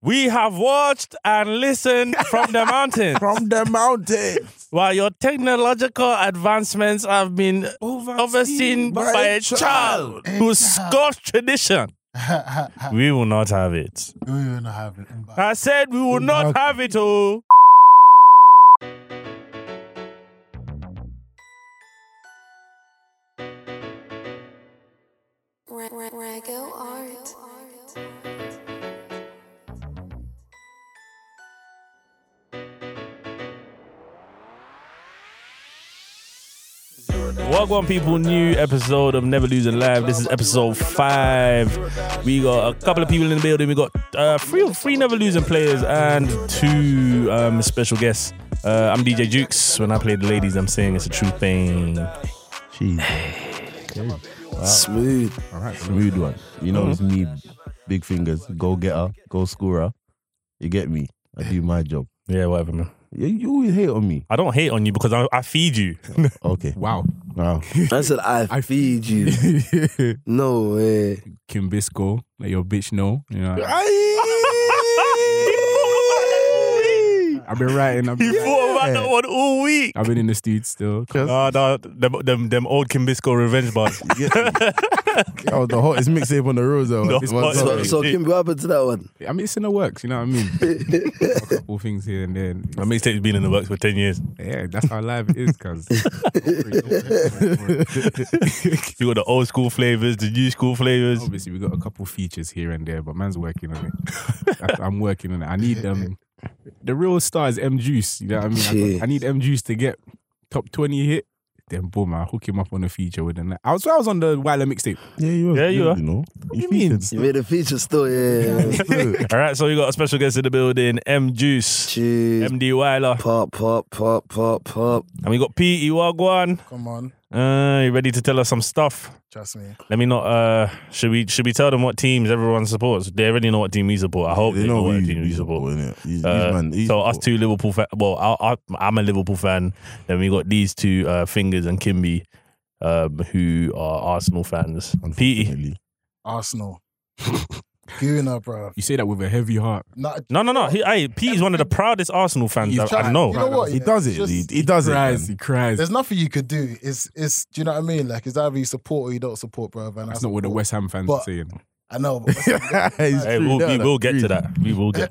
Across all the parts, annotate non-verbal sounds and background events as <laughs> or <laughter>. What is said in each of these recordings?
We have watched and listened from <laughs> the mountains From the mountains. while your technological advancements have been Overseen, overseen by, a child whose Scotch <laughs> tradition. We will not have it. we will not have it. I said we will not Okay. have it, oh. Ra- ra- Rago Art. Welcome, people. New episode of Never Lose Alive. This is episode five. We got a couple of people in the building. We got uh, three, three Never Losing players and two um, special guests. Uh, I'm DJ Jukes. When I play the ladies, I'm saying it's a true thing. Smooth. All right, rude one. You know, it's me, big fingers, go getter, go scorer. You get me? I do my job. Yeah, whatever, man. You, you always hate on me. I don't hate on you because I, I feed you. Okay. Wow. Wow. I said, I, feed you. no way. Kim Bisco, let your bitch know. You know, I've been writing. <laughs> I've You been, thought about that one all week. I've been in the streets still. Oh, no, them, them, them old Kimbisco revenge bars. <laughs> You get me? that was the hottest mixtape on the road, though. No, One but- song. <laughs> <laughs> So, so Kim, what happened to that one? I mean, it's in the works. You know what I mean? a <laughs> couple things here and there. and My mixtape's been in the works for 10 years. Yeah, that's how live it is, cuz. <laughs> You got the old school flavors, the new school flavors. Obviously, we got a couple features here and there, but man's working on it. That's- I'm working on it. I need um, the real star is M Juice. You know what I mean? I, got- I need M Juice to get top twenty hit. Then boom, I hook him up on a feature with an. I was I was on the Wilder mixtape. Yeah, you are. Yeah, you are. You know? do you mean? You made a feature still, yeah. <laughs> yeah. All right, so we got a special guest in the building, M Juice, Cheers. MD Wyler, Pop, pop, pop, pop, pop. <laughs> and we got Pete Iwagwan. Come on, Uh, you ready to tell us some stuff? trust me. Let me not. Uh, should we should we tell them what teams everyone supports? They already know what team we support. I hope they, They know know what who team you we support. support, innit? These- these Uh, man- these so us support. two Liverpool fan. Well, I, I, I'm a Liverpool fan. Then we got these two uh, fingers and Kimby, um, who are Arsenal fans. E, Pete, Unfortunately. <laughs> Arsenal. Giving up, bro. You say that with a heavy heart. Not no, no, no. He, hey, Pete is one of the proudest Arsenal fans You've I, I tried. know. You know what? He yeah? does it. Just- he, he does it. cries, man. he cries. There's nothing you could do. It's it's. Do you know what I mean? Like, it's either you support or you don't support, bro. And That's I not what the support. West Ham fans But- are saying. <laughs> I know. But, <laughs> It's Hey, true, we'll, no, we no, will get true. to that. We will get.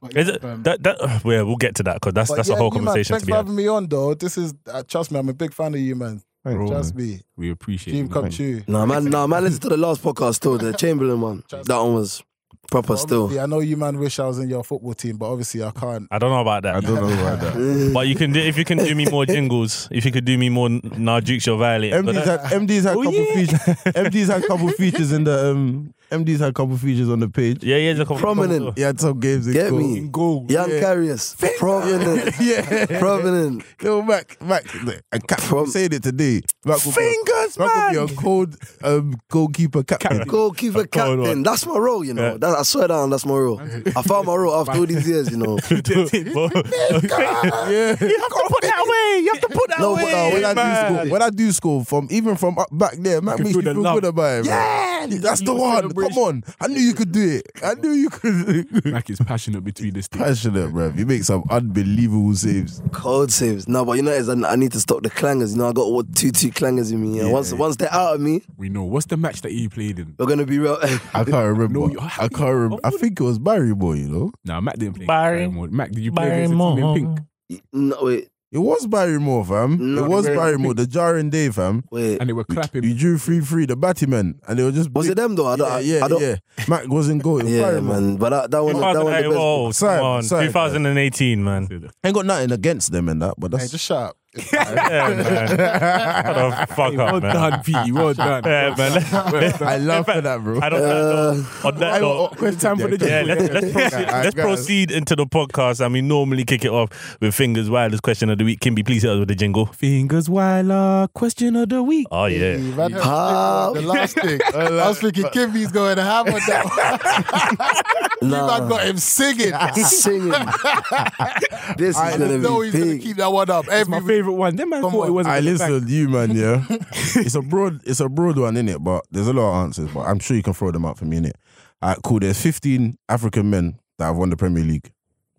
but Is it um, that that? uh, Yeah, we'll get to that because that's but that's yeah, a whole you, man, conversation Thanks to be for had. having me on, though. This is uh, trust me. I'm a big fan of you, man. Bro, trust me. We appreciate Dream it. come true. Nah, man, nah, man, listen to the last podcast still, the Chamberlain one. That one was proper still. Obviously, I know you, man. Wish I was in your football team, but obviously I can't. I don't know about that. I don't know about that. But you can do if you can do me more jingles. If you could do me more, now Duke's your violator. MD's had MD's <laughs> Oh, had couple features. MD's had couple features in the um. MD's had couple features on the page. yeah, yeah, it's a couple- Prominent. He had some games. in Get goal. me. In goal. Young yeah. Carriers. Prominent. <laughs> yeah. Prominent. Yo, Mac, Mac, look, I can't From- saying it today. Mac will Fingers, be a, Mac will be a cold um, goalkeeper captain. Goalkeeper cold captain. one. That's my role, you know. Yeah. That, I swear down, that's my role. I found my role after all these years, <laughs> you know. <laughs> yeah. Put that away. You have to put that No, away. but, No, uh, when I do man. school, when I do school from even from up back there, Mac makes feel me the feel love. good about it. Yeah, that's the you one. celebrate. Come on, I knew you could do it. I knew you could. Like it's passionate between the sticks. Passionate, bruv. You make some unbelievable saves. Cold saves. No, but you know, it's, I, I need to stop the clangers. You know, I got what, two, two clangers in me. Yeah. Once, once they're out of me, We know. What's the match that he played in? we're going to be real. <laughs> I can't remember. you- I can't remember. I think it was Barrymore, you know. Nah, Mac didn't play. Barry- Barry Moore. Mac, did you play Barry against the team in Moore. pink? no, wait, It was Barrymore, fam. No, it was Barry- Barrymore, the jarring day, fam. wait. And they were clapping. You drew 3 3, the Batman, and they were just. Was it them, though? I don't, Yeah, I- yeah, I don't, yeah. Mac wasn't going. <laughs> Yeah, Barrymore. man. But that, that one, that one, the 2008, best. whoa, Sorry, come on. sorry, 2018, man. Ain't got nothing against them and that, but Hey, that's <laughs> just shut up. <laughs> Yeah, man. Shut the fuck Well up, man. done, <laughs> Petey. Well done. Yeah, <laughs> man. let's- I love for that, bro. I don't know. Uh, On that note, time for the Yeah, let's, <laughs> let's proceed, Alright, let's guys. proceed into the podcast, and we normally kick it off with fingers wildest question of the week. Kimby, please hit us with the jingle. Fingers Wilder. Question of the week. Oh yeah, Man, <laughs> the last <laughs> thing. I was uh, thinking Kimby's going to have on that. one. Man <laughs> Nah, got him singing. <laughs> singing. this I is going know to be he's going to big. keep that one up. That's my Every week. favorite one. Them man Come thought it on. wasn't. I in the back. listen to you, man. <laughs> Yeah, it's a broad, it's a broad one, innit? But there's a lot of answers, but I'm sure you can throw them out for me, innit? All right, cool. There's 15 African men that have won the Premier League.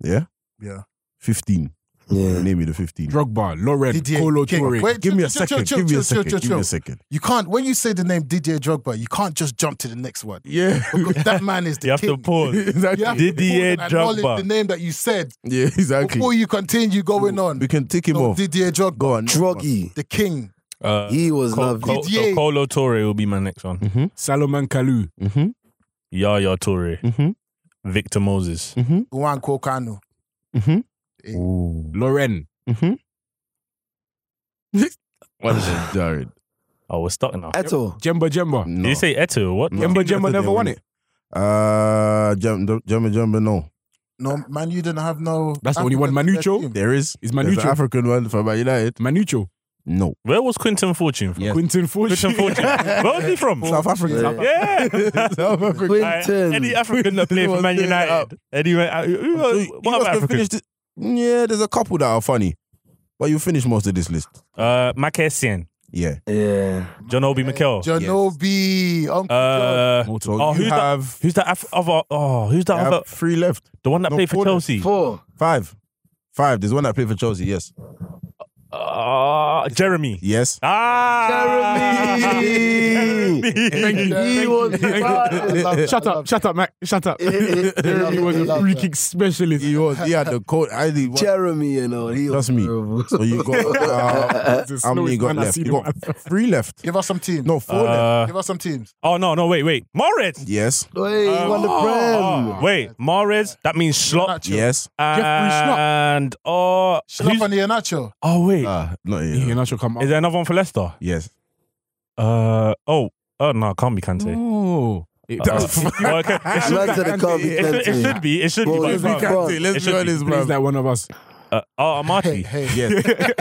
Yeah? Yeah. 15. Yeah. Name me the 15. Drogba, Loren, Didier Colo King. Toure. Wait, give me a chill, chill, second. chill, give me chill, a second. chill, give chill. me a second. You can't when you say the name Didier Drogba, you can't just jump to the next word. Yeah. Because that man is the You have king. to pause. exactly. <laughs> You have to Didier pause and acknowledge Drogba. The name that you said Yeah, <laughs> exactly. before you continue going on. We can take him So off. Didier Drogba, Go on. Droggy. the king. Uh, He was Col- lovely. Col- so Didier. Colo Torre will be my next one. Mm-hmm. <laughs> Salomon Kalou. Mm-hmm. Yaya Torre, Mm-hmm. Victor Moses, Mm-hmm. Juan Cocano. Mm-hmm. Eh. Ooh. Loren. Mm-hmm. what is it, Jared? Oh, we're stuck now. Eto. Jemba Jemba. Ah. No. Did you say Eto? What? No. Jemba Jemba Eto never didn't won win. it. Uh, Jum- Jumba Jumba, no. No, man, you didn't have no. That's the only one. African Manucho? team. There is. Is There's an Manucho. African one for Man United. Manucho. No. Where was Quinton Fortune from? <laughs> Quinton Quinton Fortune. Fortune. Where was he from? South Africa. Yeah. Yeah. <laughs> South Africa. Alright, Quinton. Any African that played for Was Man doing it up. United? Any, uh, who, So who, you what must about have African? finished it- Yeah, there's a couple that are funny, but you finish most of this list. Uh, Makessian, Yeah. Yeah. John Obi Mikel. Janobi. Uncle John. Uh, So oh, you who's that? have, Who's that Af- other? Oh, who's that you have other? three left. The one that no, played for four left. Chelsea. Four. Five. Five. There's one that played for Chelsea. Yes. Uh, Jeremy. Yes. Ah, Jeremy! <laughs> Jeremy. He <laughs> was <laughs> I love that, Shut <laughs> I up, love shut up, Mac. Shut up. <laughs> He was a Love free that. kick specialist. He was. He had the code. I did. one- Jeremy, you know, he was That's me. terrible. <laughs> So you <laughs> got uh, It's the how many slowest you got man I've left? seen You in my got three left. Give us some teams. No, four left. Uh, Give us some teams. oh no, no, wait, wait, Mares. Yes. Hey, he won the Oh, Prem. oh, wait, Mares. That means Schlott Nacho. Yes. and oh, Schlapp who's- and Iheanacho. oh wait, Uh, not You're <laughs> yeah. not sure come is out. there another one for Leicester? Yes. Uh oh, oh no, it can't be Kante. Mm. <laughs> No. Oh, It- Uh, <laughs> well, okay, it should- <laughs> Man said it can't be it should- it should be. It should be. Well, but if it's we not. can't- It Let's should be be. honest, Please, bro. that one of us. Uh, oh, Hey, Amati. hey. Yes.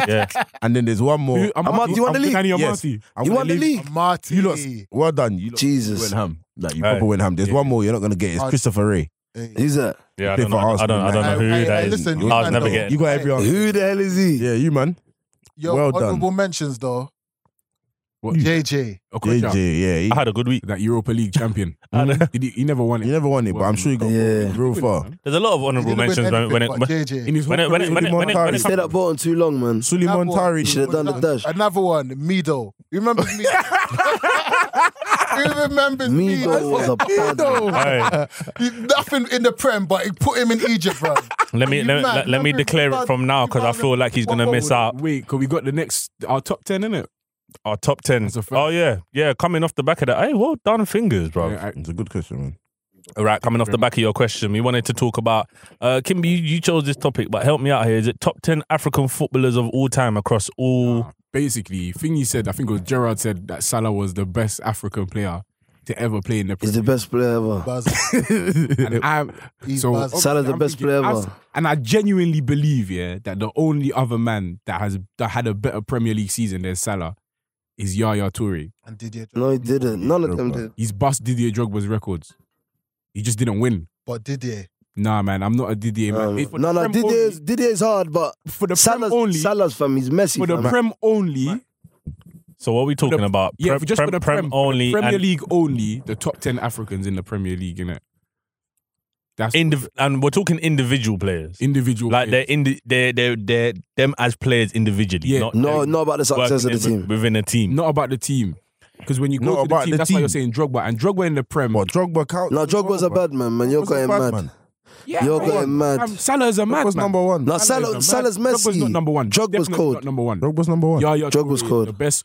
yeah. And then there's one more. Amati, you want the league? Danny Yes. Amati. I You wanna won the leave- league. Uh, Marty. You lot, well done. You lot Jesus. went ham. Like you Aye. proper went ham. There's Yeah. one more you're not gonna get. It's Aye. Christopher Ray. Hey. Who's that? Yeah, I Play don't know. for I don't. Arsenal, I don't know man. who Hey, that is. hey, Mm. listen, I was man, never though. getting. You got every answer. Who the hell is he? Yeah, you man. Your well done. honorable mentions, though. What? JJ. Okocha, JJ, yeah. He, I had a good week. that Europa League <laughs> champion. Did he, he never won he it. never won it, but I'm sure he got Yeah. real far. There's a lot of He honourable didn't win mentions when, when it anything when, but JJ. In his when it when it when it when it, when He it stayed comes. at Bolton too long, man. Suleiman That one. Tari. He should have done the dash. Another one, Mido. You remember me? <laughs> Who remembers me? Me though was a <laughs> bad. All right, <laughs> He- Nothing in the Prem, but he put him in Egypt, bro. let me You let, mad? let, let me Remember declare it Ivan- from now because I Ivan- feel like he's gonna what- miss what- out Wait, because we got the next, our top 10, innit? our top ten. That's a fact. Oh yeah, yeah, coming off the back of that. Hey, well done, fingers, bro. Yeah, I- It's a good question, man. All right, coming off the back of your question, we wanted to talk about uh, Kimby. You, you chose this topic, but help me out here. Is it top ten African footballers of all time across all? Uh, basically, thing he said, I think it was Gerard said that Salah was the best African player to ever play in the He's Premier the best player ever. Buzz. League. And I'm- He's so bad. obviously, the I'm best thinking, player ever. I've- And I genuinely believe, yeah, that the only other man that has that had a better Premier League season than Salah is Yaya Toure. And Didier Drogba. No, he didn't. None of them did. He's bust Didier Drogba's records. He just didn't win. But Didier. Nah, man, I'm not a Didier man. Um, It- for no, the no, Prem Didier's, only- Didier's hard, but for the Prem Salah's, only. Salah's fam, he's messy. for the fam. Prem only, So what are we talking the- about? yeah, Prem, just Prem- for the Prem Prem, for the only Premier and League only, the top ten Africans in the Premier League, innit? That's indiv- and we're talking individual players. individual. like they're players. in the, they're they're they're them as players individually. Yeah. not no, them not about the success of working the in- team. within a team. not about the team. Because when you go Not to the about team, the that's why you're team. saying Drogba and Drogba in the Prem. What Drogba count? No, Drogba's a bad man, man. You're Drogba's a going bad mad. man. Yeah, You're come going on. mad. Um, Salah is a mad Drogba's man. number one. No, Salah Salah, is a mad- Salah's Drogba's messy. not number one. Drogba's Definitely cold. Not number one. Drogba's number one. Yeah, yeah. Drogba's Toure, cold. The best,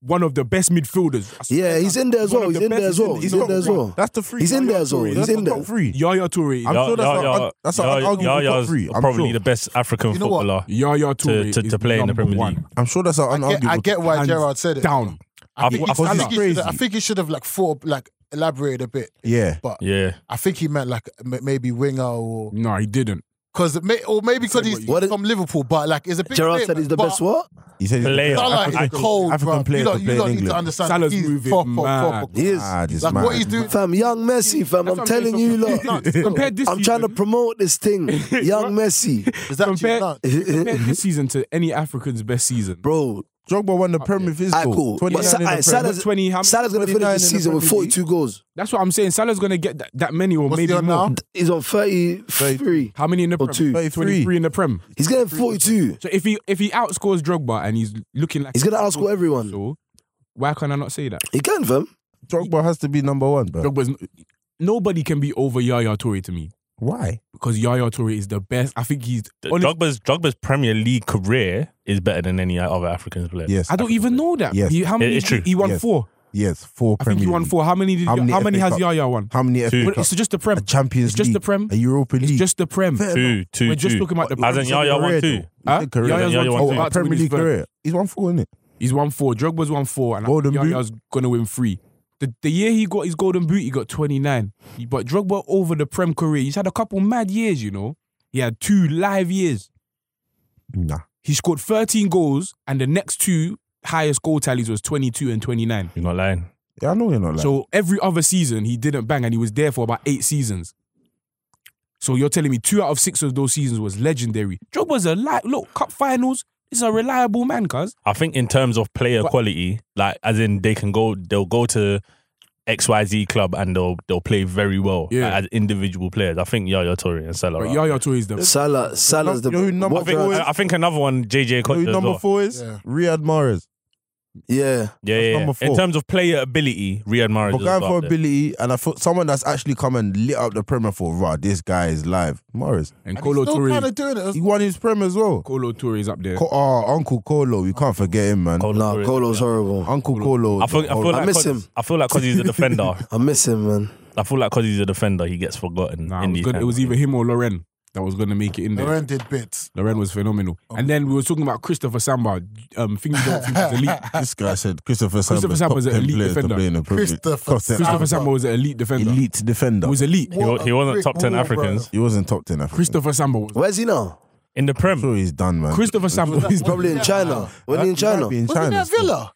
one of the best midfielders. I swear Yeah, he's to God. in there as one well. of the He's in best. there as well. He's in top there as three. well. That's the three. He's in Yaya there as well. Toure. He's That's in the there. top three. Yaya Toure. I'm Yeah, sure that's yeah, not- yeah. that's not Yeah, unarguable yeah, top yeah, three, I'm probably sure. the best African You know what? footballer Yaya Toure to, to, is to play in the number Premier one. League. I'm sure that's an I get, unarguable. I get why Hands Gerard said it. Down. I've- I think, I've he- I got think he Salah. should- I think he should have like four, like elaborated a bit. Yeah. But Yeah, I think he meant like m- maybe winger or No, he didn't. because may, or maybe because he's What is- from Liverpool. But like, it's a big Gerard said statement, he's the but best what? He said he's the Player. best Salah African- is cold, African bro. player to You play don't, you in don't need to England. understand. Salah's he's moving proper, mad. proper. He is. Ah, this Like man. what he's doing. Fam, young Messi, fam. That's I'm what I'm telling saying. you, lot. No, compare this I'm trying to season- promote this thing. Young Messi. Is that Compare- you? No. Compare this season to any African's best season. Bro, Drogba won the Premier with his Alright, goal. cool. But 29 Sa- in the alright, Prem. Salah's- What, 20 how- Salah's going to finish 29 in this the season with Premier 42 goals. That's what I'm saying. Salah's gonna get that, that many or What's he maybe more. on now? He's on 33. How many in the Or prem? two. 23 in the prem. He's getting 42. So if he if he outscores Drogba and he's looking like He's going to outscore everyone. so, why can I not say that? He can, fam. Drogba has to be number one, bro. Drogba's nobody can be over Yaya Toure to me Why? because Yaya Toure is the best. I think he's The honest, Drogba's, Drogba's Premier League career is better than any other African player. Yes. I don't even know that. Yes. He, how many? it's did true. he- He won Yes. four. Yes. Four I Premier think he won League. four. How many? Did How how many many, FA has Cup? Yaya won? How many FA Two. But Cup? it's just the prem. A Champions It's just League, the Prem. A Europa It's League. just the prem. Fair enough. Two, two, We're just two. talking about the But Hasn't it's not Yaya won career, two? though. Huh? It's a career. Yaya's Yaya won won two. two. Oh, a About to win Premier his League third. career. He's won four, innit? He's won four. Drogba's won four, and Golden boot. Yaya's gonna win three. The, the year he got his golden boot, he got twenty nine. But Drogba over the prem career, he's had a couple mad years. You know, he had two live years. Nah. He scored thirteen goals, and the next two highest goal tallies was twenty two and twenty nine. You're not lying. Yeah, I know you're not like. So every other season he didn't bang, and he was there for about eight seasons. So you're telling me two out of six of those seasons was legendary. Drogba's a li- look cup finals. He's a reliable man, cuz. I think in terms of player But- quality, like as in they can go, they'll go to XYZ club and they'll they'll play very well Yeah. as individual players. I think Yaya Toure and Salah. But are- Yaya Toure is the Salah, Salah's the. you know who number I think, I, I think another one, JJ Who Kocha. as number well. four is? Yeah. Riyad Mahrez. Yeah. Yeah, That's yeah, yeah. number In four. terms of player ability, Riyad Mahrez. But is going up for there. ability, and I thought someone that's actually come and lit up the Premier for, rah, this guy is live. Mahrez. and And he's Colo still Toure. kind of doing it. He won his Prem as well. Colo Toure is up there. Co- oh, Uncle Colo. We can't forget him, man. Colo Nah, Toure. Colo's horrible. Uncle Colo. I feel, I feel like miss Cos- him. I feel like because he's a defender. I miss him, man. I feel like because he's a defender, he gets forgotten. Nah, it in was, these gonna, it times. was either him or Loren that was going to make it in there. Loren, Oh. Laurent did bits. was phenomenal. And then we were talking about Christopher Samba. Um, thing you don't think is <laughs> elite. this guy said Christopher Samba. Christopher Samba's an elite defender. Christopher Christopher Samba. Samba was an elite defender. Elite defender. He was elite. wa- he wasn't top 10 Africans. He wasn't top 10 African. Christopher Samba was. Where's he now? in the I'm <laughs> Prem. sure he's done, man. Christopher Samba is Probably in China. When Huh? he in China? Might be in Wasn't China that still. Villa?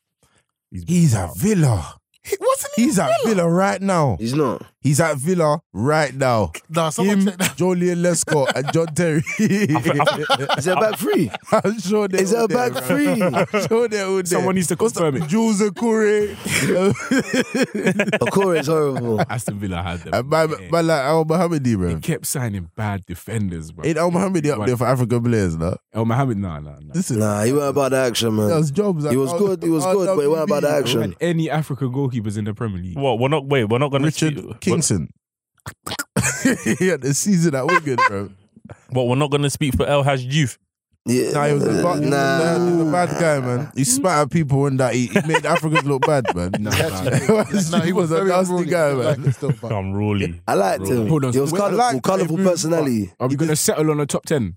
He's at Villa. He, wasn't he? He's at Villa right now. He's not. He's at Villa right now. Nah, someone Him, check that. Jolien Lescott, and John Terry. Is there a <laughs> back three? I'm sure they Is there all a back there, man. three? I'm sure they all there. Someone needs to confirm it. Jules Akure. <laughs> Akora <laughs> is horrible. Aston Villa had them. and my, my like Al Mohammedi, They bro. kept signing bad defenders, bro. Ain't Al Mohammedi up there for African players, no? El Mohamed, nah, nah, nah. This is Nah, he weren't about the action, man. that's jobs. He was good, he was good, but it wasn't about the action. And any African goalkeepers in the Premier League. What? We're not. Wait, we're not going to. Richard Kingston. <laughs> he had the season at Wigan, bro. What? We're not going to speak for El Haj Youth. Yeah. Nah, he was a, bad, he was a bad- he was a nah. bad guy, man. He spat at people and that. He, he made Africans look bad, man. <laughs> Nah, he was a very nasty unruly. guy, He man. looked like a stuff, but- I'm really. I liked him. Hold on, He was wait, I colourful, like colourful every- personality. Are we going to settle on a top 10?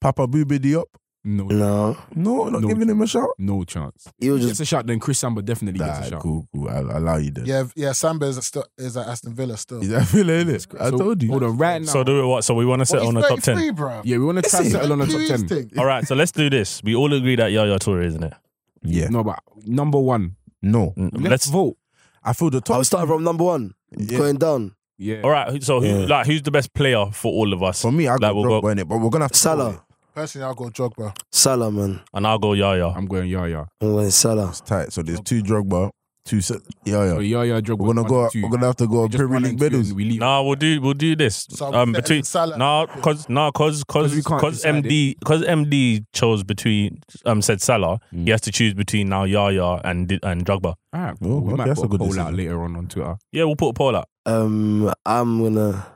Papa Booby Diop. No, No, No, not No. giving him a shout. no chance. he was Gets just a shot, then Chris Samba definitely gets a Nah, shot. cool, cool. I'll, I'll allow you that. Yeah, yeah. Samba is, still, is at Aston Villa <laughs> still. Is that feeling it? I So, told you. Hold on, right now. So do it. What? So we want to Well, settle on a he's top ten. 33, bruv. yeah, we want to try and settle on a top Who's 10. thing? All right. So let's do this. We all agree that Yaya Toure, isn't it? Yeah. No, but number one. No. N- Let's, Let's. vote. I feel the I Oh, top. was starting from number one, Yeah. going down. Yeah. All right. So who, Yeah. like, who's the best player for all of us? For me, I Like, got we'll Drogba go- in it, but we're gonna have to Salah. vote Personally, I'll go Drogba. Salah, man. And I'll go Yaya. I'm going Yaya. I'm going Salah. it. It's tight. So there's two Drogba, two. Sa- Yeah, So yeah. Yaya, Drogba. We're gonna one go. and two. We're gonna have to go Just Premier one League and two, and medals. We leave. Nah, we'll do we'll do this. So um, I'm setting between <laughs> Salah. nah, cause nah, cause 'Cause we cause can't cause decide MD cause MD chose between um said Salah. He has to choose between now Yaya and Di- and Drogba. All Oh, right. Cool. Ah, We okay, might that's put a a good poll out decision. later on on Twitter. Yeah, we'll put a poll out. Um, I'm gonna.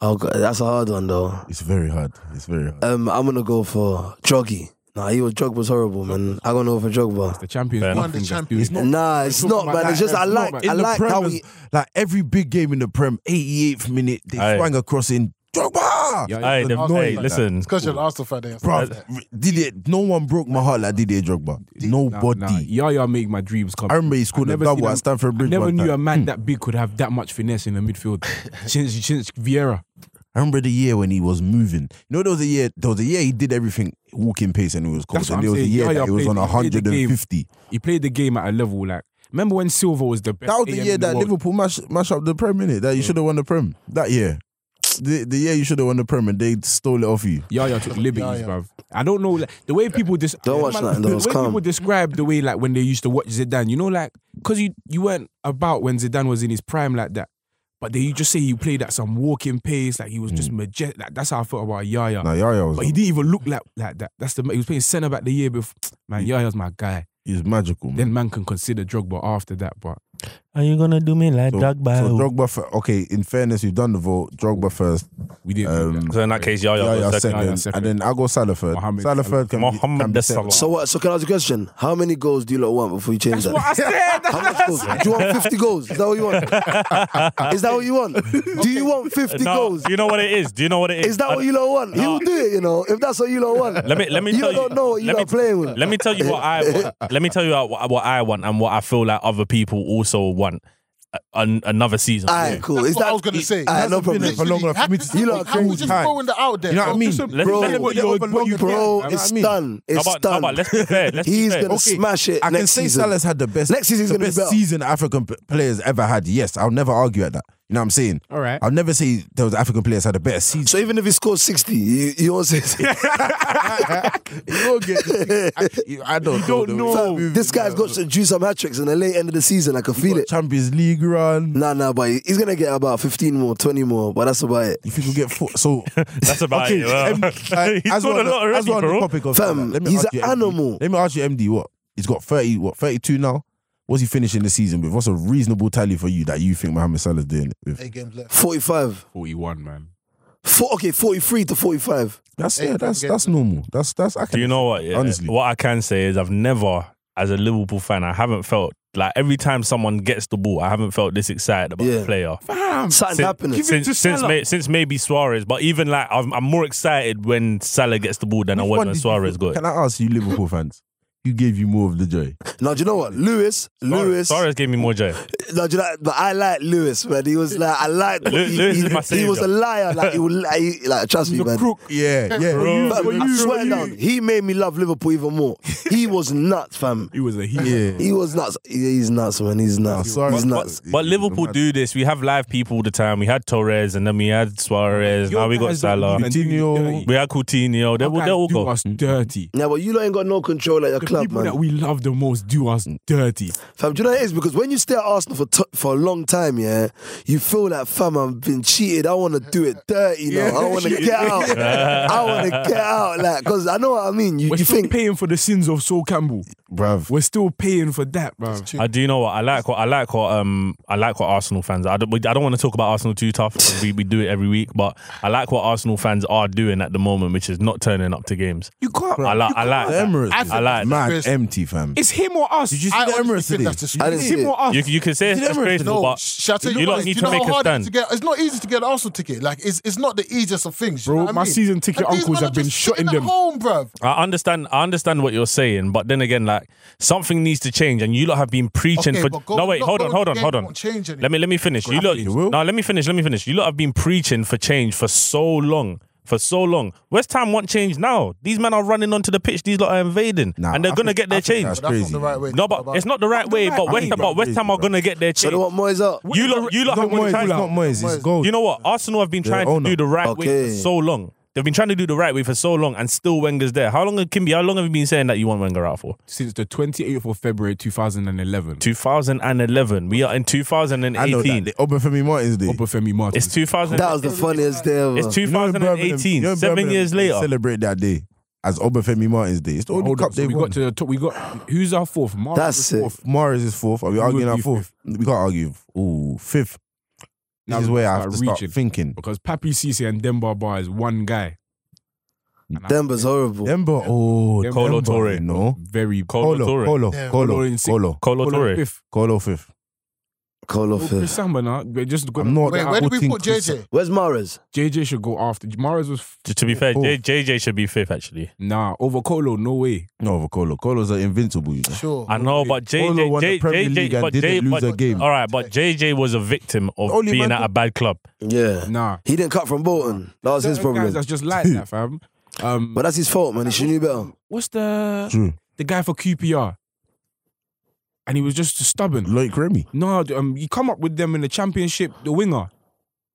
Oh, God, that's a hard one though. It's very hard. It's very hard. Um, I'm gonna go for Droggy. Nah, he was Drogba's horrible, man. I'm gonna go for Drogba. The champions. Fair League enough. thing that's Champions doing League. it. Nah, it's We're not, talking man. about It's just that. I It's like not, man. I In the like Prem how was- he. like every big game in the Prem, 88th minute, they Aye. swung across in Drogba. Yeah, Hey, the, Arsenal hey like listen, It's because you're an Arsenal fan. then. Bro, Didier, no one broke my heart like Didier Drogba. Nobody. Nah, Yaya make my dreams come. I remember Hmm. he scored I've a never double seen at him- Stamford Bridge. Never one knew time. a man that big could have that much finesse in the midfield since since Vieira. I remember the year when he was moving. You know, there was a year. There was a year he did everything walking pace, and it was cold. That's and what I'm there was saying. a year Yaya that he was played- on he played the game. 150. He played the game at a level like. Remember when Silva was the best? That was the AM year in the that world? Liverpool mash, mash up the Prem, innit? That you should have won the Prem that year. the, the year you should have won the Prem and they stole it off you. Yaya took liberties, Yaya. bruv. I don't know like, the way people dis- Don't watch man, that, The though, way it's calm. people describe the way like when they used to watch Zidane, you know, like because you you weren't about when Zidane was in his prime like that. But they you just say he played at some walking pace, like he was just majestic. Like, that's how I felt about Yaya. Now Yaya was but he didn't even look like like that. That's the he was playing centre back the year before. Man, Yaya's my guy. he's magical. Man. Then man can consider Drogba after that, but Are you gonna do me like oh. So, so Drogba, fir- okay. In fairness, you've done the vote. Drogba first. we didn't. do Um, that. So in that case, Yaya, Yaya was second. second, Yaya second. and then I go Salah third. Mohamed Salah Salah. third can be- Mohamed can be second. Salah. So what? So can I ask you a question? How many goals do you lot want before you change That's what that? I said. <laughs> That's How what much I goals? said. Do you want 50 goals? Is that what you want? Is that what you want? Do you want 50 No, goals? do you know what it is? Do you know what it is? Is that what you lot want? He'll do it, you know. If that's what you lot want, Let me let me you tell lot you. don't know what you let lot me, are playing with. Let me tell you what I <laughs> want. let me tell you what, what I want and what I feel like other people also want. Uh, an, another season. Alright, cool. Is That's what that I was gonna say. Alright, no problem. it for long enough for me to- You You know, lot are I'm just crazy. throwing that out there. You know what I <laughs> mean? Let- Bro, let them- What you're- what you're- Bro, you know what it's I mean? done. How It's about- how done. about- let's be fair. Let's be He's fair. gonna smash it I can next say season. Salah's had the best Next season's the gonna be best better. season African p- players ever had. Yes, I'll never argue at that. You know what I'm saying? All right. I'll never say those African players had the best season. <laughs> So even if he scores 60, you, you won't say <laughs> you won't get. I, <laughs> you- I don't, don't know. Fam, Fam, <laughs> this guy's got to do some hat tricks in the late end of the season. I can feel it. Champions League run. Nah, nah, but he's gonna get about 15 more, 20 more, but that's about it. If you could get four, so <laughs> That's about it. Well, <laughs> M- uh, he's as scored a we're on lot the- already, as we're on the bro. topic of Fam, Salah, let me he's ask an you, MD. animal. Let me ask you, MD. What he's got thirty, what thirty two now? What's he finishing the season with? What's a reasonable tally for you that you think Mohamed Salah's doing it with? Eight games left. 45. Forty-one, man. Four, okay, 43 to 45. That's Hey, yeah, that's forget that's that. normal. That's that's. I Do can, you know what? Yeah, Honestly. what I can say is I've never, as a Liverpool fan, I haven't felt like every time someone gets the ball, I haven't felt this excited about the Yeah. player. Something's Sin- happening. Since since, may, since maybe Suarez, but even like I'm, I'm more excited when Salah gets the ball than I Which was one when did you Suarez feel- got it. Can I ask you, Liverpool fans, who gave you more of the joy? Now, do you know what? Lewis, Lewis. Suarez gave me more <laughs> joy. No, do you know, but I like Lewis, man. He was like, I like. Lew- he, Lewis is he, my he was saviour. a liar. Like, he would, like, he- like trust me, man. Yeah, yeah. Bro. Fam, I swear down, he made me love Liverpool even more. He was nuts, fam. He was a heel. Yeah. He was nuts. He- He's nuts, man. He's nuts. Sorry, He's nuts. But Liverpool do this. We have live people all the time. We had Torres and then we had Suarez. now we got Salah. even- Coutinho. We had Coutinho. They They will, will, they will do go. us dirty. Now, but you lot ain't got no control at your The club, people man. that we love the most do us dirty. Fam, do you know what it is? Because when you stay at Arsenal for t- for a long time, yeah, you feel like, fam, I've been cheated. I want to do it dirty now. I <laughs> want to get out. I want to get out. Like, because I know what I mean. You, We're you still think, paying for the sins of Sol Campbell. bruv. We're still paying for that, man. I do you know what I like. What I like. What um I like what Arsenal fans. I don't. we- I don't want to talk about Arsenal too tough. 'cause <laughs> We we do it every week, but I like what Arsenal fans are doing at the moment, which is not turning up to games. You can't. I like. I like. The that. Emirates. I like. that. Mad Chris- empty, fam. It's him or us. Did you see I the honestly Emirates think today? that's the I shit. didn't it's see him it. or us. You, you can say Did it's Emirates- crazy, No, but shall I tell you, you what, don't do need you to know make how a hard it is stand. to get. It's not easy to get an Arsenal ticket. Like it's it's not the easiest of things, you Bro, know what my I mean? season ticket And these uncles men are have been just shutting sitting at them. home, bruv. I understand. I understand what you're saying, but then again, like something needs to change, and you lot have been preaching Okay, for. but go- no wait, not hold on, going hold on, again hold on. won't change anything. Let me let me finish. You lot, it will. no, let me finish. Let me finish. You lot have been preaching for change for so long. For so long, West Ham want change now. These men are running onto the pitch. These lot are invading, Nah, and they're I gonna think- get their I think change. that's That's Crazy. not the right way. to No, go but about it's not the right way. But I West, mean, but West crazy, Ham are bro. gonna get their change. so they want Moyes up. You lot, you lot have been trying. not Moyes. It's gold. You know what? Arsenal have been trying to owner. do the right way Okay. for so long. They've been trying to do the right way for so long, and still Wenger's there. How long, Kimby? How long have you been saying that you want Wenger out for? Since the 28th of February 2011. 2011. We are in I know that. 2018. The Obafemi Martins Day. Obafemi Martin. It's 2000. That was the funniest day ever. It's You know in Birmingham- 2018. you know in seven Birmingham, years they later. Celebrate that day as Obafemi Martins Day. It's the only Hold cup up, so they we won. got to the top. We got who's our fourth? Mark That's is it. fourth. Morris is fourth. Are we Who arguing would our be fourth? We can't argue. Ooh, fifth. This Now is we where I start have to start reaching. thinking. because Papi Cisse and Demba Ba is one guy. And I- Denver's horrible. Demba, oh, Demba- Colo Demba, Torre. You know, very Colo Torre. Colo, Yeah. Colo Colo, in six. Colo, Colo Torre. fifth. Colo fifth. Call Well, off oh, Chris it. Samba now, we're just gonna I'm not- Wait, I where did would we think put Chris- JJ? Where's Mares? JJ should go after. Mares was f- To, to be fair, Oh. J- JJ should be fifth actually. nah over Colo. No way. No, but Colo, Colo's are invincible. You know. Sure. I know, Okay. but Colo JJ, won J- the Premier JJ, League and but didn't J- lose but, a game. All right, but JJ was a victim of Only being man at a bad club. Yeah. Nah, He didn't cut from Bolton. That was his Certain guys problem. That's just like that, fam. <laughs> Um, But that's his fault, man. He should knew better. what's the True. the guy for QPR? And he was just stubborn. Loic Remy. No, um, you come up with them in the championship, the winger.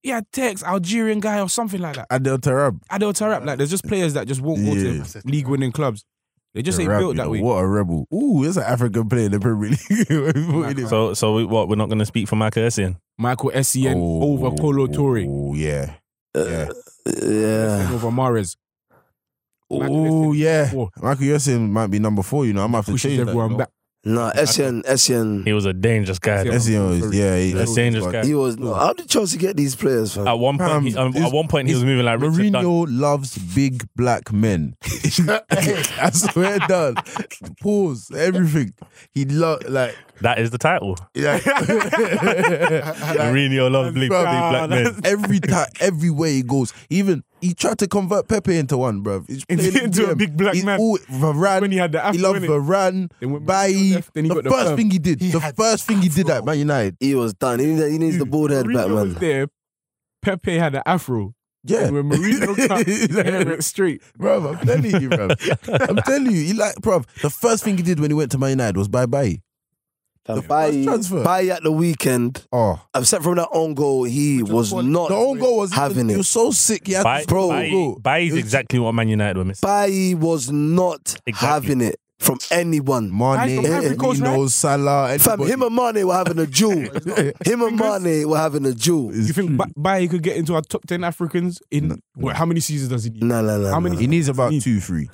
he had Tex, Algerian guy or something like that. Adel Tarab. Adel Tarap, like there's just players that just won't go Yeah. to league winning clubs. They just ain't Tarab, built you that know, way. What a rebel. Ooh, that's an African player in the Premier League. <laughs> What he put in it. So, so we, what? We're not going to speak for Michael Essien. Michael Essien Oh, over Polo Torre, Oh, yeah. Uh, Yeah. Yeah. over Mares. Oh, yeah. Four. Michael Yassin might be number four, you know. I might have to Pushes change that, everyone you know. back. No, Essien, Essien. He was a dangerous guy. Yeah. though. Essien is, yeah. he- That's dangerous guy. He was. No, how did Chelsea get these players from? At one point, Fam, he, um, it's- at one point he was moving like Richard Dunn. Mourinho loves big black men. <laughs> I swear down. Pause. Everything. He love like That is the title. yeah. <laughs> Mourinho loves big, big black men. every time, everywhere he goes, even he tried to convert Pepe into one, bruv. He's <laughs> Into- playing into a DM. big black He's man. all- Varane, When he had the afro, he loved innit? Varane, Then when Mourinho Bailly. left, then he the got the first perm. thing he did, He the had first thing he did at Man United, He was done. He needs, he needs the bald head back, Mourinho was man. there. Pepe had an afro. yeah. And <laughs> when Mourinho come, hair went straight. Bro, I'm telling you, bro. <laughs> I'm telling you, he like, bro. The first thing he did when he went to Man United was bye bye. first transfer. By, by at the weekend, Oh, except from that own goal, he was not. the own goal was having he it. was so sick. He had Bai- to throw Bai- a goal. Bai is It was- exactly what Man United were missing. Bailly was not Exactly. having it from anyone. Mane, Guys from Ivory Coast, Firmino, Salah, Fam, anybody. him and Mane were having <laughs> a duel. him and Mane were having a duel. It's You think true. ba- Baye could get into our top 10 Africans in what, how many seasons does he need? No, no, no. How no. many- he needs about two, three?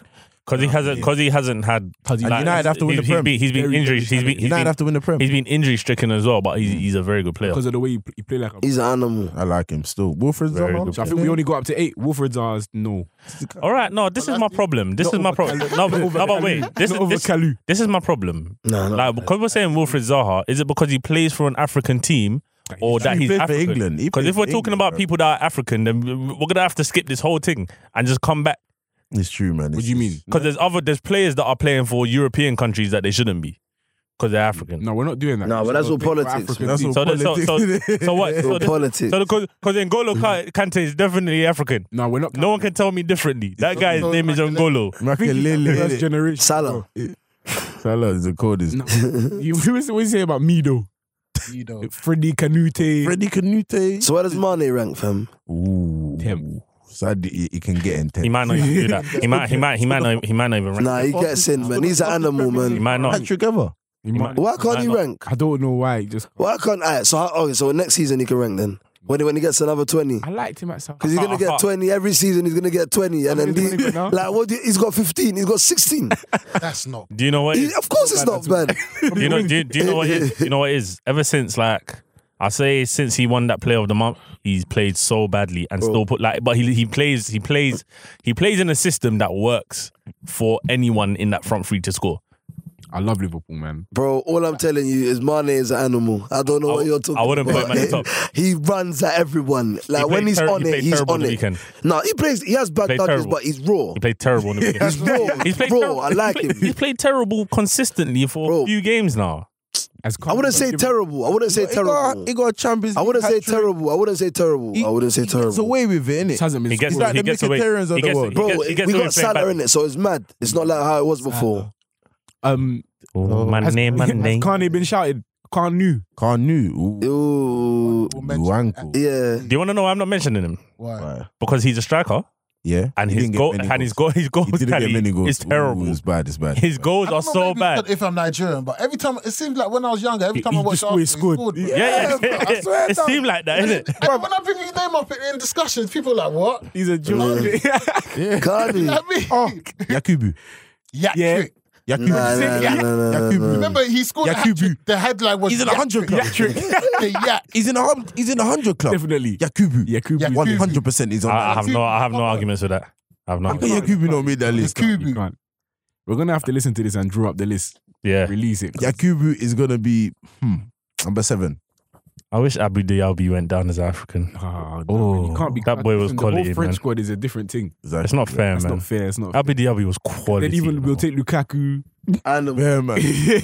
Because he hasn't. Because he hasn't had. Because And United have to win the Prem. He's been Very, injury. very He's been. talented. He's United been, have to win the Prem. Mm. he's been injury stricken as well. But he's he's a very good player. Because of the way he, pl- he play like a. He's an animal. I like him still. Wilfred's Very on. good So I think we only got up to eight. Wolford's ours, no. All right. No, this is my problem. This is my problem. No, but- no, but wait. This is Not over this, Kalu. this is my problem. No, no. Like because we're saying Wilfred Zaha, is it because he plays for an African team or that He he's played for African? England. He Because played if we're for talking England, about bro. people that are African, then we're gonna have to skip this whole thing and just come back. It's true, man. What do you mean? Because there's other there's players that are playing for European countries that they shouldn't be because they're African. No, we're not doing that. No, but that's all We're politics, African That's team. all So the- so- politics. Mm. So what? <laughs> Or So the- politics. so because Ngolo Ka- Kante is definitely African. No, we're not. No one can tell me differently. That guy's so name is like a Ngolo. Makelele, First innit? generation. Oh. Salah. Salah is the coldest. No. you, <laughs> what was- what was he saying about Mido? You know. Freddie Canute. Freddie Canute. So where does Mane rank, fam? Ooh. Temp. Sadly, he, he can get intense. He might not even do that. He might. He might. He might not. He might not <laughs> even rank. Nah, he gets in, man. He's an animal, He man. might not. Patrick ever. He He might- might- Why can't Why he not? rank? I don't know why. he Just Why can't I? So how- okay, so next season he can rank then. When he, when he gets another twenty, I liked him at South. because he's can't- gonna I get can't. twenty every season. He's gonna get twenty, and then many is he he, gonna get now? <laughs> like what? Do you, he's got fifteen. He's <laughs> got sixteen. That's not. Do you know what? He- is- of course, it's not bad. Do you know? Do you, do you know what? Is, do you know what is? Ever since like. I say since he won that Player of the Month, he's played so badly and still put like, but he he plays he plays he plays in a system that works for anyone in that front three to score. I love Liverpool, man. Bro, all I'm telling you is Mane is an animal. I don't know I- what you're talking I wouldn't put about. him at the top. <laughs> he runs at everyone. Like played when he's ter- on he it, played he's terrible on the it. weekend. No, he plays. He has bad Played touches, terrible. but he's raw. He played terrible <laughs> in the beginning. <laughs> He's raw. He's played raw. terrible. I <laughs> like he's played, him. He's played terrible consistently for Bro. a few games now. As I wouldn't say Cardiff- terrible. I wouldn't say He got, terrible. he got a Champions I wouldn't say League hat-trick. terrible. I wouldn't say terrible. He- I wouldn't say he gets terrible. away with it, It innit? hasn't been He gets, He's like he the gets away. Mkhitarins of he the gets, world. He Bro, gets, he gets we away got playing Salah bad- in it, so it's mad. It's not like how it was before. Um, Oh, my has, name, my <laughs> has name. Kane been shouted? Kane knew. Kanu, ooh, Ooh, Luanku. yeah. Do you want to know why I'm not mentioning him? Why? Right. Because he's a striker Yeah, and He his didn't get goal many and his goals. goal his goals He didn't get tally many goals. is Oh, terrible. Ooh, it's bad. It's <laughs> bad. His goals I don't are know, so maybe bad. it's if I'm Nigerian, but every time it seems like when I was younger, every He- time he I watched just always Arsenal, he scored. scored. yeah, yeah, bro, <laughs> I swear it down. seemed like that, isn't it? And then when I bring his name up in discussions, people are like, "What?" He's a joke. <laughs> Cardi. You know nah, what I Oh, mean? Yakubu. Yeah. Yeah. trick. Yakubu. nah, nah, nah, nah, nah, Yakubu. nah. Remember- Remember, he scored. a Yakubu. hat-trick. The headline was. He's in a hundred club. <laughs> Yeah. He's in a hun- he's in a hundred club. Definitely. Yakubu. Yakubu. One hundred percent. He's on. I, I that have no I have no arguments with that. I have no. list. arguments. How can Yakubu not made that list? Yakubu. You can't. We're gonna have to listen to this and draw up the list, Yeah, release it. 'cause Yakubu is gonna be hmm, number seven. I wish Abu Dhabi went down as African. Oh, Oh, no, you can't be that boy was the quality, whole French man. squad is a different thing. Exactly. Oh, It's not fair, It's man. not fair. It's not. Abu Dhabi was quality. Then even we'll you <laughs> take Lukaku. <laughs> Animal. Bear <laughs> man.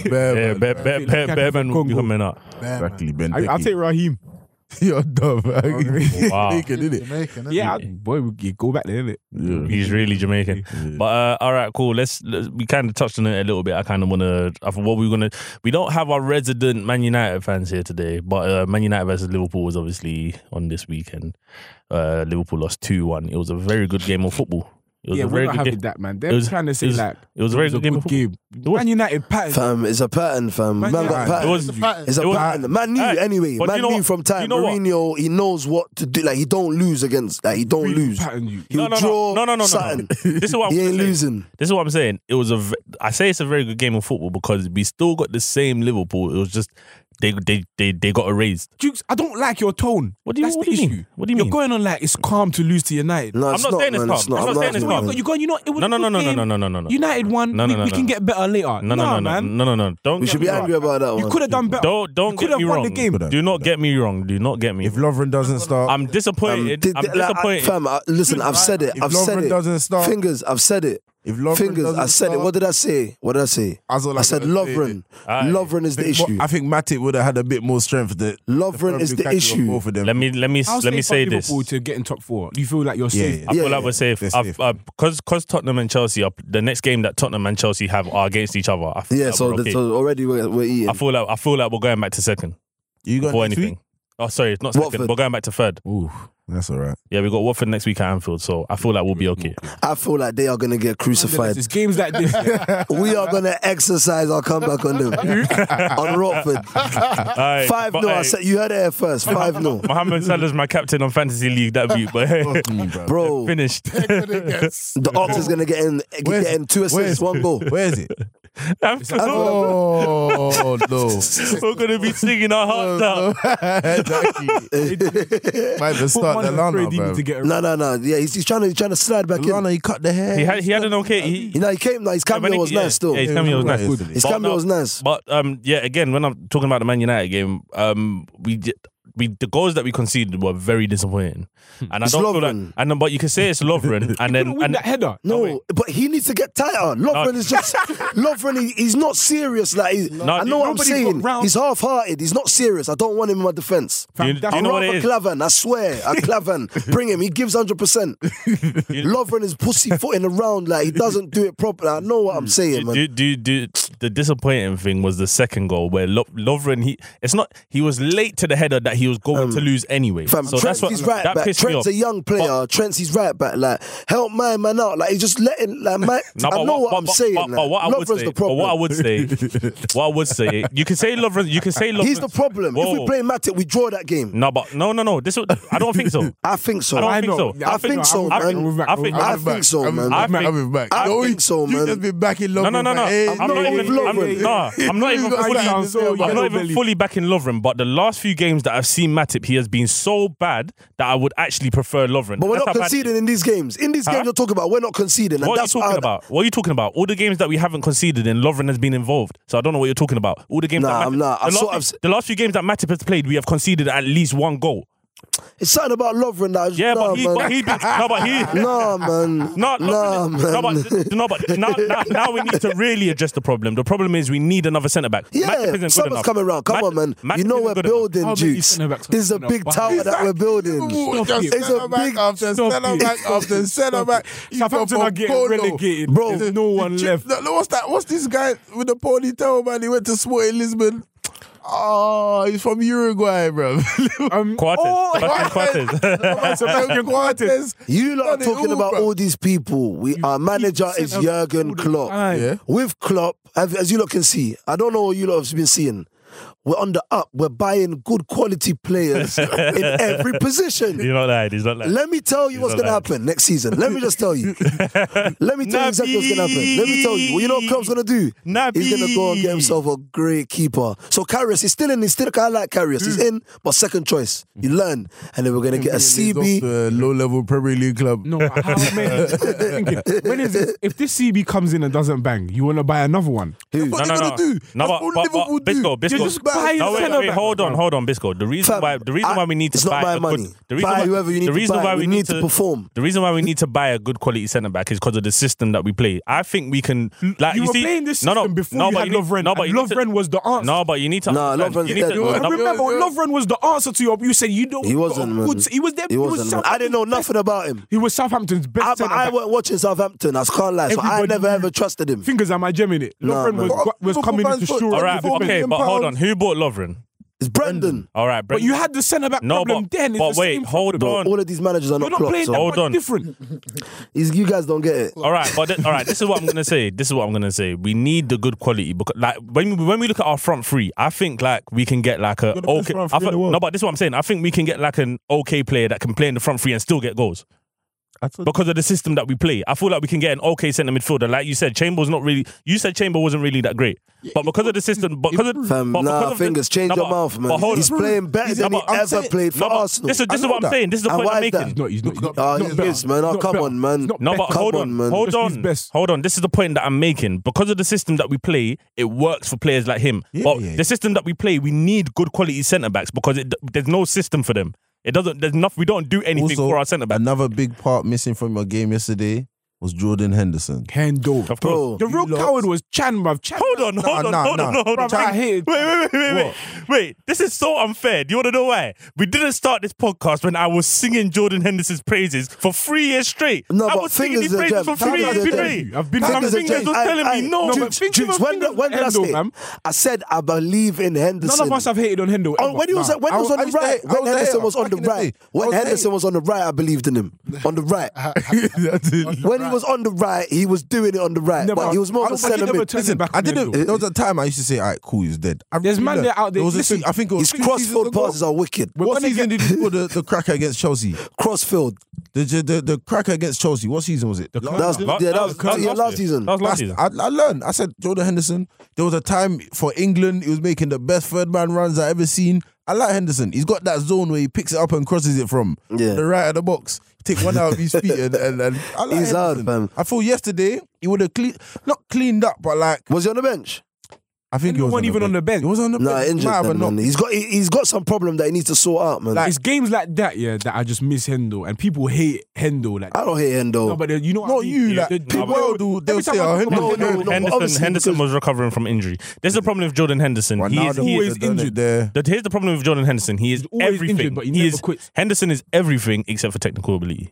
Bear know. Yeah, man. Bear- Bear- Lukaku Bear- Bearman will be Congo. coming up. Man, Exactly. Ben. I, I'll <laughs> Teke. take Raheem. Oh, You're <laughs> dumb. man. Wow. Naked, innit? Jamaican, isn't Yeah, it? I- boy, we- you go back there, innit? He's really Jamaican. Yeah. But uh, all right, cool. Let's, let's we kind of touched on it a little bit. I kind of want to. What we're gonna. We don't have our resident Man United fans here today, but uh, Man United versus Liverpool was obviously on this weekend. Uh, Liverpool lost two one. It was a very good game of football. It was yeah, a we're very not good having game. that, man. It They're was- trying to say it was- like It was a very good game. of football. game. was. Man United pattern. Fam, it's a pattern, fam. Man, Man got United. pattern. It was- It's a pattern. It's a It was- pattern. Man knew Aye. anyway. But man you know knew what? from time. You know what? Mourinho, he knows what to do. Like he don't lose against. Like he don't lose. Pattern you. He'll No, no, no. draw No, no, no, no, no. something. This is what I'm He ain't saying. losing. This is what I'm saying. It was a. v- I say it's a very good game of football because we still got the same Liverpool. It was just they they they, they got erased. Jukes, I don't like your tone. What do you- That's what the do you issue. mean? What do you mean? You're going on like it's calm to lose to United. No, I'm it's not saying it's man. calm. It's not. I'm not saying it's laughing, calm. man. You're going. You know it was No, a no, no, good no, no, game. no, no, no, no, no. United won. No, no, we, no, we no. can get better later. No, no, no, no, man. no, no, no. Don't We get should me be wrong. angry about that one. You could have done better. Don't don't You get could've me won the wrong. game. Do not get me wrong. Do not get me. If wrong. Lovren doesn't start, I'm disappointed. Did- I'm like, I- disappointed. fam, I- listen, I've said it. Um, if I've said Lovren it. doesn't start, Fingers, I've said it. if Lovren Fingers, doesn't I said it. start- What did I say? What did I say? That's all I said gotta say. Lovren. Aye. Lovren is I the think Mo- Ah, issue. I think Matic would have had a bit more strength. That Lovren is the issue. Both of them. let me let me I'll let me for say this. Liverpool to get in top four. You feel like you're Yeah, safe. yeah. I feel Yeah, like we're safe. they're safe. Because because Tottenham and Chelsea are the next game that Tottenham and Chelsea have are against each other. I feel Yeah, like so, we're the- Ah, okay. so already we're, we're eating. I feel like I feel like we're going back to second you got before next anything. week? Oh, sorry, it's not second. Watford. We're going back to third. Ooh, that's all right. Yeah, we got Watford next week at Anfield, so I feel like we'll be <laughs> okay. I feel like they are going to get crucified. It's games like this. We are going to exercise our comeback on them. <laughs> on Rockford. Aye, 5 but, no. I aye, said, you heard it here first. 5 no. Mohamed Salah's my captain on fantasy league that week, but <laughs> <laughs> Bro, finished. <laughs> the Ox is going to get in, Where's- get in two where's- assists, one goal. Where is <laughs> it? Anfield, Oh no! we're gonna be singing our <laughs> Oh, hearts out. <laughs> Jackie. Might just Put start one the of them Lana, Brady bro. to get a- No, no, no. Yeah, he's, he's, trying, to, he's trying to slide back in. Lana, he cut the hair. He had he had an okay. He, You know, he came, like, his Yeah, when cameo he- was yeah, nice still. Yeah, his Yeah, cameo was right, nice. yesterday. His But cameo no- was nice. But um, yeah, again, when I'm talking about the Man United game, um, we did. We, the goals that we conceded were very disappointing, and I It's don't feel Lovren. like. And then, but you can say it's Lovren, and Couldn't then win and that header. No, but he needs to get tighter. Lovren is just Lovren. He, he's not serious. Like he's, I know what I'm nobody got saying. round- He's half-hearted. He's not serious. I don't want him in my defense. Do you- do That's you know wrong. what it Rather is? Clavan, I swear, <laughs> I Clavan, bring him. He gives hundred percent. Lovren is pussyfooting around like he doesn't do it properly. I know what Mm. I'm saying, man. do, do, do, the disappointing thing was the second goal where Lo- Lovren he it's not he was late to the header that he was going to lose anyway. Um, Fam, so Trent's that's what his right that back. pissed me Trent's off. a young player. Trent's his right back. Like help my man out. Like he's just letting like my. <laughs> No, I know what, but- I'm but- saying. But, but like, what I would Lovren's say, the but problem. what I would say, <laughs> what I would say, you can say Lovren, you can say Lovren. he's the problem. If we Whoa. play Matic, we draw that game. No, but no, no, no. This would, I don't think so. I think so. I don't I think know. so. I think so, I'm- man. I'm- I think- I'm- I I'm think back. so, I'm, man. I'm, I back. think- I'm back. I No, think he- so, You man. just been backing Lana. No, no, no, <laughs> no. Hey, I'm not no, even. with I'm, <laughs> Lovren. nah, I'm not You even got fully. that. I'm So you not got even belly. fully back in Lovren, but the last few games that I've seen Matip, he has been so bad that I would actually prefer Lovren. But we're That's not how bad- conceding in these games. In these Huh? games you're talking about, we're not conceding. And What are you that's talking I- about? What are you talking about? All the games that we haven't conceded in, Lovren has been involved. So I don't know what you're talking about. All the games. Nah, that Matip, I'm not. I the, sort last, of few- s- the last few games that Matip has played, we have conceded at least one goal. It's something about Lovren that I just, Yeah, nah, but he, man. but <laughs> he, no, but he. Nah, man. <laughs> No, nah, no, man. no, but, no, but now, now, <laughs> now we need to really address the problem. The problem is we need another centre back. Matip yeah, isn't good someone's enough. coming around. Come Matip- on, man. Matip you know isn't we're good enough. building, How many Jukes. centre-backs This is a are big enough? tower that we're building. Ooh, just It's a centre back big- after Stop centre it. back after centre back. You Southampton are from getting Polo. relegated. Bro, There's no one Ch- left. No, no, what's that? What's this guy with the ponytail, man? He went to Sporting Lisbon. Oh, he's from Uruguay, bro. <laughs> Um, Quarters. oh, <laughs> Sebastian Quarters. <laughs> Sebastian Quartes. You lot are Done it talking all, about bro. all these people. We, our manager is centre-backs Jurgen all the Klopp. time. Yeah. With Klopp, as as you lot can see, I don't know what you lot have been seeing. We're on the up. We're buying good quality <laughs> players in every position. He's not lying. He's not lying. Let me tell you what's not going to happen next season. Let me just tell <laughs> you. Let me tell you exactly what's going to happen. Let me tell you. Well, you know what Klopp's going to do? Nabi. He's going to go and get himself a great keeper. So Karius, he's still in. He's still, I like Karius. Mm. He's in, but second choice. You learn. And then we're going to get a CB. low level Premier League club. No, how many? Thinking, when is it? If this CB comes in and doesn't bang, you want to buy another one. That's what no, they no, gonna no. do. No, That's but, what but, Liverpool but do. Bisco, Bisco, Bisco. just buy No, wait, wait, hold on, hold on, Bisco. The reason Fam, why the reason I- why we need to it's buy not my a money. Good, the reason buy why, whoever you need the to reason buy. why we, need to perform. The reason why we need to buy a good quality centre back is because of the system that we play. I think we can. Like, you, you, were see, playing this no, system no, before no, you but had need- Lovren. no, but and you need to- Lovren was the answer. No, but you need to. Nah, understand. Lovren's You need dead, to- bro. no, I remember when Lovren was the answer to your. You said you don't. He wasn't, got a good- man. He was there. He wasn't. man. I didn't know nothing about him. He was Southampton's I, best. but I centre-back. weren't watching Southampton. I can't lie. So I Everybody never knew. ever trusted him. Fingers at my gem in it. Nah, Lovren man. was, was Liverpool coming in fans to thought- shore up All right, the Four okay, million but hold on. pounds. Who bought Lovren? It's Brendan. All right, But Brent- you had the centre back no, problem but, then. It's but the wait, same hold Bro, on. all of these managers are You're not not clocked. playing that So Hold much on. different. It's- you guys don't get it. All right, but th- all right. This is what I'm gonna say. This is what I'm gonna say. We need the good quality because, like, when we, when we look at our front three, I think like we can get like a You're the best okay. front I three in thi- the world. no, but this is what I'm saying. I think we can get like an okay player that can play in the front three and still get goals because of the system that we play. I feel like we can get an okay centre midfielder. Like you said, Chamber's not really. You said Chamber wasn't really that great, but because of the system, but because of Fam, but nah, because of the- fingers, change No, your but- mouth, man. but hold He's on. playing better No, than he but I'm ever saying- played for no, but Arsenal. This is, this is what I'm saying. This is the And point why I'm is that? making. No, he's not. He's Look not, up. Oh, he's he not better. is, man. Oh, Not come better. on, man. He's not No, but better. hold Come on, on, man. hold Just his on, best. hold on. This is the point that I'm making. Because of the system that we play, it works for players like him. Yeah, but yeah. the system that we play, we need good quality centre backs because it, there's no system for them. It doesn't. There's nothing. We don't do anything Also, for our centre back. Another big part missing from your game yesterday was Jordan Henderson. Hendo. Of course. Bro, The real You lot- coward was Chan, bruv. Chan. Hold on, hold on, nah, hold on, nah. hold on. Bruv, I Wait, hated. wait, wait, wait, wait, What? wait. This is so unfair. Do you want to know why? We didn't start this podcast when I was singing Jordan Henderson's praises for three years straight. No, I but was singing these Fingers is a praises gem. for three Fingers years is a gem. straight. I've been- And Fingers is a Fingers gem. was telling me no. No, but but Jukes, think of Jukes, a when, Fingers did- when did I Endo, say? fam. I said I believe in Henderson. None of us have hated on Hendo. Oh, ever. when he was Nah. when he was I- on I the used to right, hate- I when was a Henderson hater was on back the in the right, day. I when was a Henderson hater. was on the right, I believed in him on the right. <laughs> When he was on the right, he was doing it on the right, Never- but he was more of I- a I never centre mid. turned it back I on didn't. Hendo. There was a time I used to say, "All right, cool, he's dead." I There's really man don't- there out there- was a listen, se- I think it was His two seasons crossfield ago. passes are wicked. We're What gonna season did he score the, the cracker against Chelsea? Crossfield. The, the the the cracker against Chelsea. What season was it? The That was, yeah, that was, yeah, last season. That was last That's- season. I, I learned. I said Jordan Henderson. There was a time for England, he was making the best third man runs I ever seen. I like Henderson. He's got that zone where he picks it up and crosses it from Yeah. the right of the box. Take one out of his feet and, and, and I like He's hard, Henderson. fam. I thought yesterday he would have clean, not cleaned up, but like Was he on the bench? I think He he was wasn't on the even on the bench. He was on the Nah, bench. injured. Might have a Then, knock. man. He's got he, he's got some problem that he needs to sort out, man. It's games like that, yeah, that I just miss Hendo, and people hate Hendo. Like, I don't hate Hendo. no, but you know, what I Not mean? you, Yeah, like, the- people no, will but- do- every they'll time say, I "Oh, talk about Hendo- Hendo, Hendo- but Henderson obviously Henderson because- was recovering from injury. This is the problem with Jordan Henderson. Well, he now is they've he always is done it injured. there. That here's the problem with Jordan Henderson. He is He's always everything. injured, but he never is quits. Henderson is everything except for technical ability.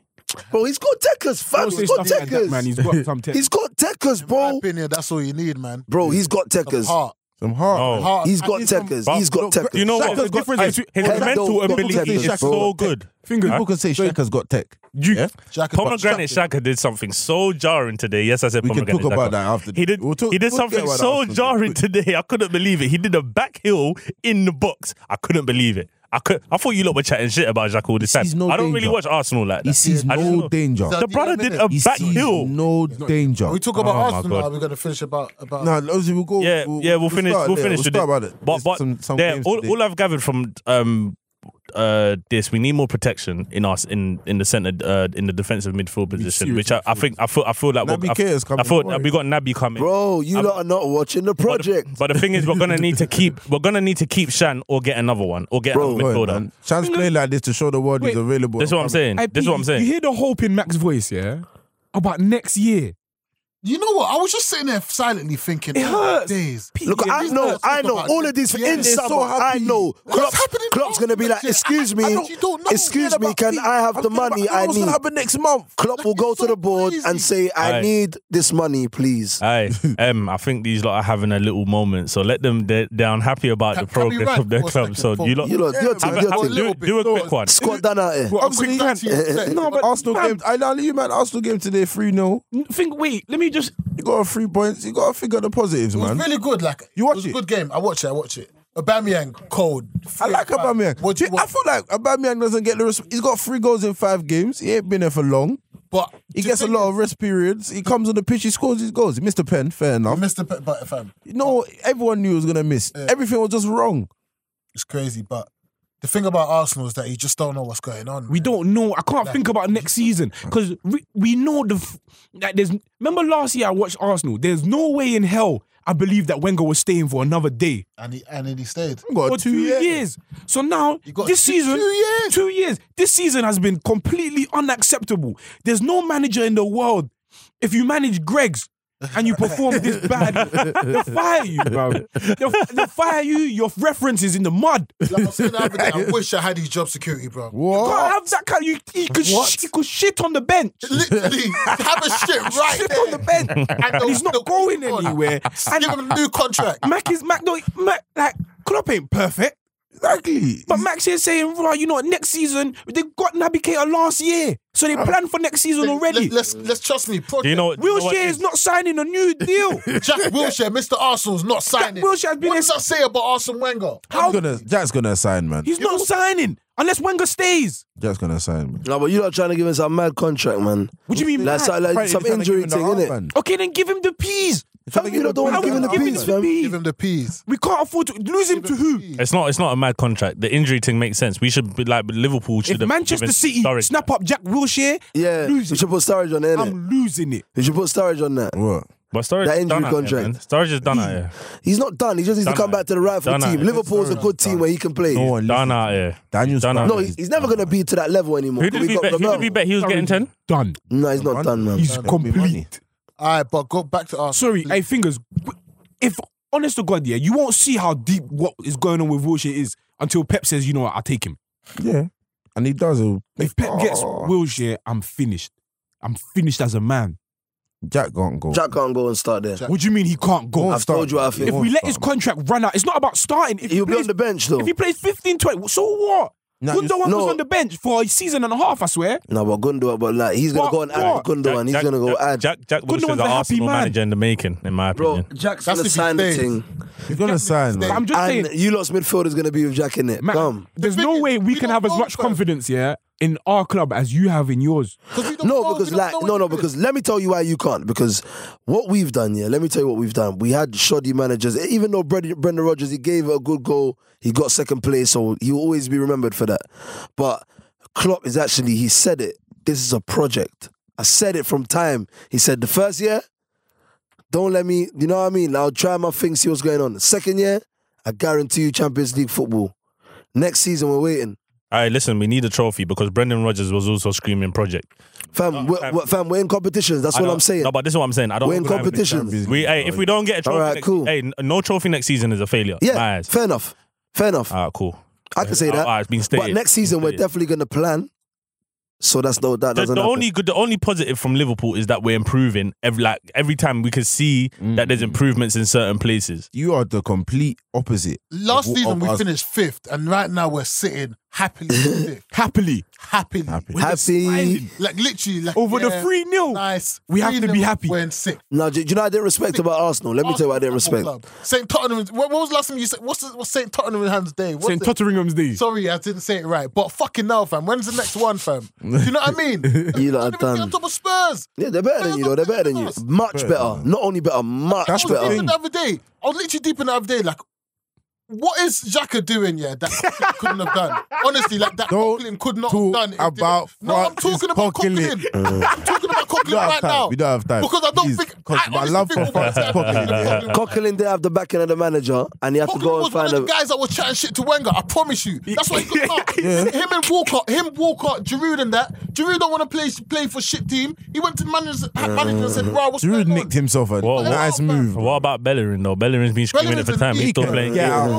bro, he's got techers, fam. don't say He's got stuff like that, techers. man. He's got some tech. He's got techers, my bro. opinion, that's all you need, man. Bro, he's got Some techers. heart. Some heart. No. Heart. He's I got need some- techers. but- He's got look, techers. You know what? Shaka's The got- difference Hey, between his Henderson- mental Don't- don't ability say is Shaka so got tech. good. fingers. People can say Shaka's got tech. Yeah? Jack is Pomegranate got- Shaka did something so jarring today. Yes, I said We can pomegranate talk about Xhaka. that after. He did. We'll talk- he did we'll talk something about that so after. jarring today. I couldn't believe it. He did a back heel in the box. I couldn't believe it. I could. I thought you lot were chatting shit about Xhaka all this time. sees no I don't really danger. watch Arsenal like that. He sees I just no know. danger. So- The brother did a He back sees heel. no danger. We talk about Oh, my Arsenal. God. Are we going to finish about about? No, obviously we'll go. yeah, yeah, we'll, finish. start We'll there. finish. We'll with start it. about it. But There's but some, some there, games all, today. all I've gathered from um uh this, we need more protection in us in in the center uh, in the defensive midfield position, which I, I think I feel I feel like we're- Naby I, Keita's coming, I thought don't worry. we got Naby coming. Bro, you lot are not watching the But the- project. But the thing is, we're gonna need to <laughs> keep we're gonna need to keep Shan or get another one or get Bro, another Go midfielder. ahead, man. Chance play like this to show the world he's Wait. available. This is what I'm saying. I- This is what I'm saying. You hear the hope in Mac's voice, yeah, about next year. You know what? I was just sitting there silently thinking. It oh, hurts. days. Pete, Look, yeah, I these know, guys I talk know about all it. of this Yeah, in they're summer. so I happy. know. What's Klopp's, happening Klopp's gonna be like, next year? excuse I me, know you don't know. excuse me, About can Pete. I have I'm the talking about- money I I know what's gonna need? happen next month. Klopp will go That's to so the board crazy. and say, I Aye. need this money, <laughs> please. Aye, um, I think these lot are having a little moment, so let them. They're, they're unhappy about Can- the can we progress run of their for a club. So second? you lot, You lot, your team, have, your have- team. little do, bit. do a Go quick on. one. Squad down out here. Well, I'm quick back to your set. No, but Arsenal man, game. I now you man. Arsenal game today. Three 0 Think. Wait, let me just. You got three points. You got to figure the positives, It was man. really good. Like You watch was it? a good game. I watch it. I watch it. Aubameyang cold. I like Aubameyang. What do you I want? feel like Aubameyang doesn't get the. Res- he's got three goals in five games. He ain't been there for long. But He gets a lot of rest periods. He comes on the pitch. He scores his goals. He missed a pen. Fair enough. Mr. Pe- but fam, No, everyone knew he was gonna miss. Everything was just wrong. it's crazy. But the thing about Arsenal is that you just don't know what's going on. We man. don't know. I can't think about next season because we, we know the f- like. There's remember last year I watched Arsenal. There's no way in hell I believe that Wenger was staying for another day and he and then he stayed. got for two, years. So now You got this two- season, <laughs> two years? two years. This season has been completely unacceptable. There's no manager in the world. If you manage Greg's and you perform <laughs> this bad, they'll fire you, bro. They'll, they'll fire you. Your references in the mud. You Like I said the other day, <laughs> I wish I had his job security, bro. What? can't have that kind. You, you could sh- you could shit on the bench. Literally, have a <laughs> shit right Shit there. on the bench, <laughs> <laughs> and they'll- he's they'll not going keep on. anywhere. And Give him a <laughs> new contract. Mac is Mac. No, Mac, like Klopp ain't perfect. Exactly. Mm. But Max here saying, right, you know what, next season, they got Naby Keita last year. So Oh. they planned for next season already. Let's, let's let's trust me. Project. Do you know what? do you know what Wilshere is is- not signing a <laughs> new deal. Jack Wilshere, Mr. Arsenal's not signing. Wilshere's been what a- does that say about Arsene Wenger? Jack's gonna, Jack's gonna sign, man. He's not signing unless Wenger stays. Jack's gonna sign, man. No, but you're not trying to give him some mad contract, man. What do you mean? Like, mad? so- like Apparently some they're trying to injury give him thing, the innit? armband. okay, then give him the peas. They're trying to you give don't him wanna the give How can him the we armband. peas, give him the fam. Give peas? him the peas. We can't afford to lose him to who? It's not. It's not a mad contract. The injury thing makes sense. We should be like Liverpool should If have. Manchester given City Sturridge snap up Jack Wilshere, Yeah, I'm losing. you should put storage on it, innit? I'm losing it. You should put storage on that. What? But Sturridge That is injury done out contract. Here, man. Sturridge is done out here. He's not done. He just needs Done to come that. back to the rightful Done that. team. Liverpool's a good team where he can play. No No, one. Done listens. out here. Daniel's Done out. done. he- he's never going to be to that level anymore. Who did We we got bet? Who Lamella. did we bet he was getting ten? Done. No, he's not done, man. He's Don't give me money. complete. All right, but go back to Arsenal. Sorry, hey, fingers. If honest to God, yeah, you won't see how deep what is going on with Wilshere is until Pep says, you know what, I'll take him. Yeah, and he does. It. If Pep gets Oh. Wilshere, I'm finished. I'm finished as a man. Jack can't go. Jack can't go and start there. What do you mean he can't go? I've told you what I think. if we let his contract run out, it's not about starting. If he, He'll be plays, on the bench though. if he plays 15, 20, so what? Nah, you- Gundogan no. was on the bench for a season and a half, I swear. No, but Gundogan, but like he's gonna What- go and add what? Gundogan. He's Jack- gonna go Jack, add. Jack, Jack Wilshere's Gundogan's a the happy Arsenal man. manager in the making, in my Bro, opinion. Jack's That's gonna if he sign the stays. thing, He's gonna sign, But man. I'm just saying, and you lost midfield is gonna be with Jack in it. man, Come. there's The no thing way is, we we can don't have as know, much fam. confidence, yeah, in our club as you have in yours. Because we don't know, No, we because don't like know no, what no, he is. because let me tell you why you can't. Because what we've done, yeah, let me tell you what we've done. We had shoddy managers. Even though Brendan, Brendan Rodgers, he gave a good goal, he got second place, so he'll always be remembered for that. But Klopp is actually he said it. This is a project. I said it from time. He said the first year, don't let me. You know what I mean? I'll try my thing, see what's going on. The second year, I guarantee you Champions League football. Next season, we're waiting. All right, listen, we need a trophy because Brendan Rodgers was also screaming project. Fam, we're, we're- fam, we're in competitions. That's I what know- I'm saying. No, but this is what I'm saying. I don't. we're in think we're gonna have competitions. it. We, hey, if we don't get a trophy, Alright, next- cool. Hey, n- no trophy next season is a failure. in My Yeah, eyes. fair enough. Fair enough. All right, cool. I can say All that. right, it's been stated. but next season, we're Stated. definitely going to plan. So that's no, that the, doesn't the happen. only good, the only positive from Liverpool is that we're improving. Every like every time we can see that Mm. there's improvements in certain places. You are the complete opposite. Last of- season of we us. finished fifth, and right now we're sitting <laughs> happily fifth. Happily, Happily. Happy. Happy. Like literally, like over yeah, the 3 0. Nice. We have to be 3-0 happy. We're in sixth. Now, do, do you know what I didn't respect about Arsenal? Let me tell you what I didn't Arsenal respect. Football Club. St. Tottenham. What, what was the last time you said? What's, the, what's St. Tottenham's day? What's St. it? Totteringham's days. Sorry, I didn't say it right. But fucking now, fam. When's the next one, fam? Do you know what <laughs> I mean? You lot are Tottenham get done. on top of Spurs. Yeah, they're better than you, though. They're better than you. Much better. Not only better, much That's I the was better. deep in the other day. I was literally deep in the other day, like, what is Xhaka doing? Yeah, that Coquelin couldn't have done. Honestly, like that Don't Coquelin could not talk have done. if about they- no, I'm Francis talking about Coquelin. Coquelin. I'm talking about We don't Coquelin have right time. now. We don't have time Because I don't Please, think because I my honestly love for think what Francis was happening Coquelin. in Coquelin. Coquelin didn't have the backing of the manager, and he had to Coquelin go was and find one a. of the guys that was chatting shit to Wenger. I <laughs> promise you. That's why he got out. Him and Walcott, him Walcott, Giroud and that. Giroud don't want to play play for shit team. He went to the manager, manager and said, "Right, what's Giroud going on?" nicked <laughs> himself a Whoa, whoa. nice move. Mm. What about Bellerin though? Bellerin's been screaming Bellerin's it for a time. He's still geek, playing. yeah. Don't-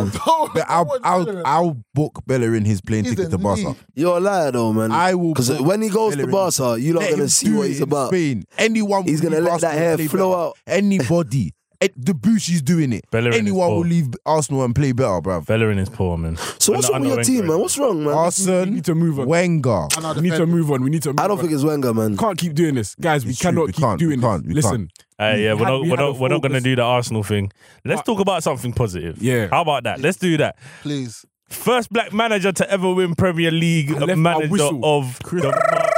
But <laughs> I'll, don't I'll, worry. I'll book Bellerin his plane He's ticket a to Barca. knee. You're a liar, though, man. I will Because put when he goes to Bellerin- Barca, you're not Let going him to see do what it he's in about. Spain. Anyone He's will gonna leave let that Arsenal hair and play flow better. out. <laughs> Anybody, Eh, the Bushi's doing it. Bellerin is Anyone will poor. leave Arsenal and play better, bruv. Bellerin is poor, man. <laughs> So what's I know- wrong I with know your team, Wenger. man? What's wrong, man? Arsenal, We need to move on. Wenger. And our We need to defenders. move on. We need to. Move I don't on. think it's Wenger, man. <laughs> can't keep doing this, guys. We It's true. cannot We keep can't. We doing can't. this. We Listen, can't. Uh, yeah, We we're had- not we we're had a not, we're not gonna focus. do the Arsenal thing. Let's But- talk about something positive. Yeah. How about that? Let's do that. please. First black manager to ever win Premier League I left my manager whistle. of Chris- the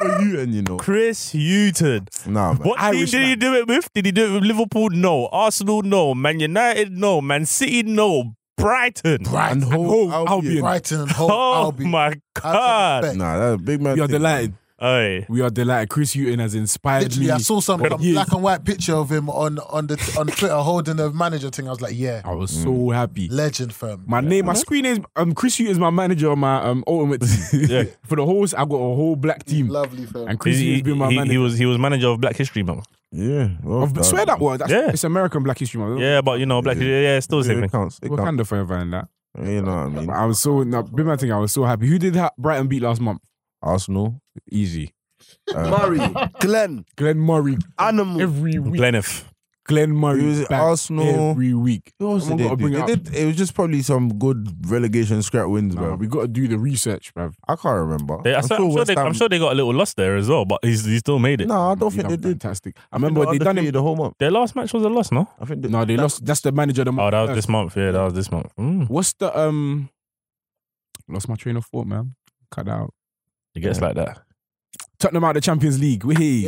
For you and you know, Chris Hutton. nah, man. What Irish team did he man. do it with? Did he do it with Liverpool? No. Arsenal? No. Man United? No. Man City? No. Brighton. And Brighton, Ho- Albion. Albion. Brighton, and Hope, Oh Albion. my That's God. respect. Nah, that's a big man. you're thing. delighted. Aye. We are delighted. Chris Hutton has inspired Literally, me. I saw some, for some years. black and white picture of him on on the on Twitter holding the manager thing. I was like, yeah, I was so happy. legend firm. My name, my screen is um Chris Hugh is my manager on my um ultimate team. Yeah. <laughs> For the whole, I got a whole black team, Lovely firm. and Chris Hugh he, has been my he- he manager. was he was manager of Black History Month. Yeah. well I done. swear that was that's, Yeah. it's American Black History Month. Yeah, but you know, Black History, yeah, it's still the same Yeah, thing. It counts. It What counts. kind of forever and that? You know what I mean? <laughs> But I was so no, big man thing. I was so happy. Who did ha- Brighton beat last month? Arsenal. Easy. Uh, Murray, Glenn, Glenn Murray Animal. every week. Glenn, Gleniff. Murray It was back Arsenal. every week. Who else Someone did they gotta do? bring They it up. did- It was just probably some good relegation scrap wins, Nah, bro. we got to do the research, bruv. I can't remember. They, I'm, sure, I'm, sure West they, I'm Ham- sure they got a little loss there as well, but he's, he still made it. No, I don't You think they done did. Fantastic. I I remember they done it. the whole month. Their last match was a loss, no? I think they, No, they lost. That's the manager. of The Oh, that was month. this month. Yeah, that was this month. Mm. What's the um? Lost my train of thought, man. Cut that out. It gets like that. Tottenham out of the Champions League. Wee.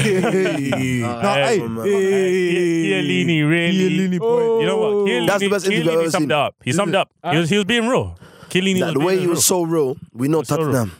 Hey. Nah, Hey. hey, man. Chiellini, really. Chiellini, boy. You know what? Oh. Chiellini, That's the best interview I've Chiellini ever summed seen. it up. He summed it? up. He was, he was being real. Chiellini Nah, was the way being he was real. so real, we know so real. Tottenham.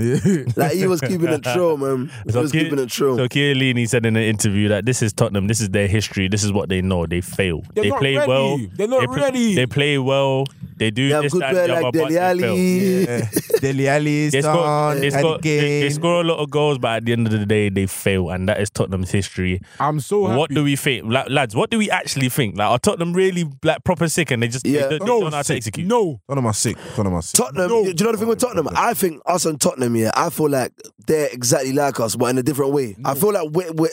Like he was keeping it true, man. He Chiell- was keeping it true. So Chiellini said in an interview that this is Tottenham, this is their history, this is what they know. They fail. They're they not play ready. well. They're not they pl- ready. They play well. They do They have this, good that, the players other, like but Deli they fail. Ali. Deli Ali, They score, Son, they, score, they, they Kane. score a lot of goals, but at the end of the day, they fail, and that is Tottenham's history. I'm so happy. What do we think, La- lads? What do we actually think? Like, are Tottenham really like proper sick, and they just Yeah. they, don't- they No, don't know how to execute? No, One of my sick. One of my sick. Tottenham, do you know the thing with Tottenham? I think us and Tottenham, yeah, I feel like they're exactly like us, but in a different way. I feel like we're, we're,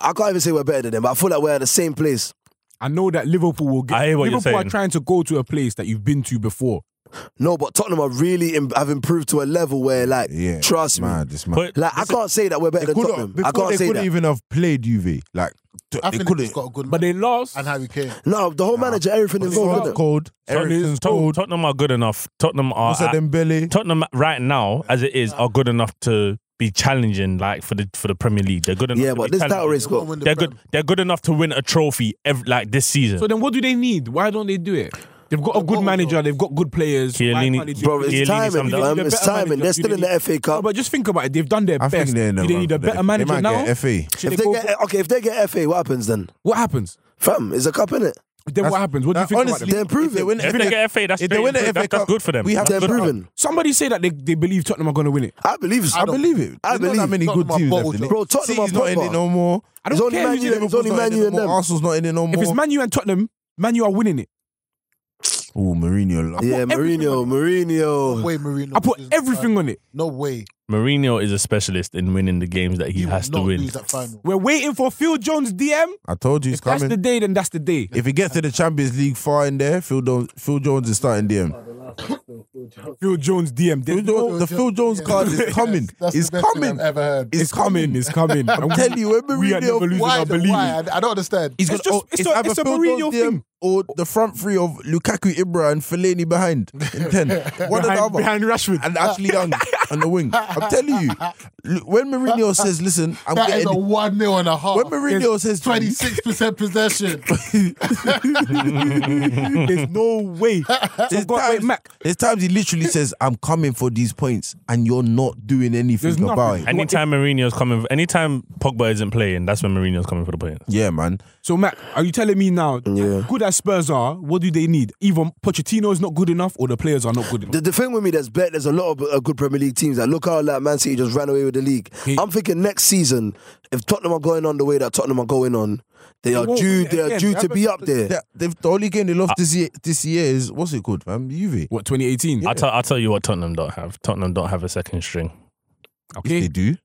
I can't even say we're better than them, but I feel like we're at the same place. I know that Liverpool will get. I hear what you're Liverpool saying. are trying to go to a place that you've been to before. No, but Tottenham are really Im- have improved to a level where, like, Yeah. trust me. Mad, this man. But Like, I can't say that we're better than Could've- Tottenham. I before can't they say couldn't that. even have played Juve. Like, t- I they think couldn't. he's got a good But they lost. and Harry Kane. No, the whole manager, everything It's involved in it. cold. Tottenham, Ericsson's Tot- cold. Tottenham are good enough. Tottenham are Musa Dembele. Tottenham right now, as it is, are good enough to be challenging like for the for the Premier League. They're good enough. Yeah, to but be this title challenging. race got. Won't win the They're Prem. good. They're good enough to win a trophy ev like this season. so then, what do they need? Why don't they do it? They've got a They've got good a manager. They've got good players. Why Chiellini- can't they do Bro, it? Chiellini it's timing, summed up. fam. They're It's better timing. They're managers. still in the FA No, Cup. but just think about it. They've done their I best. think they're in Do the they run need a for the better FA. manager they might now? Get FA. Should If they they go for- get okay, if they get FA, what happens then? what happens? Fam, it's a cup in it. Then what happens? What do you That- think about honestly, them? They're improving. if They win if they get FA, that's if they win the great. FA That- that's Cup, good for them. We have That's They're to good for them. improving. Somebody say that they, they believe Tottenham are going to win it. I believe. I believe it. I There's not that believe many Tottenham good are teams. bottled left in it. Bro, Tottenham City's are not in it proper. no more. I It's don't only care. Man who's in U. it. It's only Liverpool's not in Man it U and no more. them. Arsenal's not in it no If it's more. Man U and Tottenham, Man U are winning it. Oh, Mourinho. love. Yeah, everything Mourinho, No Mourinho. way, Mourinho. I put loses the everything final. on it. No way. Mourinho is a specialist in winning the games that he, will has to not win. Lose that final. We're waiting for Phil Jones' DM. I told you he's If that's the coming. day, then that's the day. If he gets to the Champions League far in there, Phil, Jones, Phil Jones is starting DM. Phil Jones' DM. Phil then- Jones, the Phil Jones card is coming. That's It's the best thing coming. I've ever heard. It's coming. It's coming. I'm telling you, when <laughs> We are Mourinho never losing. Why? I believe Why? I, I don't understand. He's It's gonna- just- it's oh, a- either it's a Phil Mourinho Jones DM thing. Or the front three of Lukaku, Ibra, and Fellaini behind in <laughs> 10. One or the behind, other. behind Rashford. And Ashley Young on the wing. I'm telling you, l- when Mourinho says, listen, I'm That is getting. a one 0 and a half. when Mourinho says, <laughs> twenty six percent possession. <laughs> There's no <laughs> way. there's, Oh, God, wait, times, Mac. there's times he literally says, I'm coming for these points, and you're not doing anything There's nothing. about it. And- Anytime Mourinho's coming, anytime Pogba isn't playing, that's when Mourinho's coming for the players. Yeah, man. So, Mac, are you telling me now, Yeah. good as Spurs are, what do they need? Either Pochettino is not good enough or the players are not good enough. The, the thing with me that's bet there's a lot of uh, good Premier League teams that look how like Man City just ran away with the league. I'm thinking next season, if Tottenham are going on the way that Tottenham are going on, they are won't due win it they are again. due They to be up haven't- there. That- they've- the only game they lost this year, this year is, what's it called, fam? Juve. What, 2018? I tell I tell you what, Tottenham don't have. Tottenham don't have a second string. Yes, they do.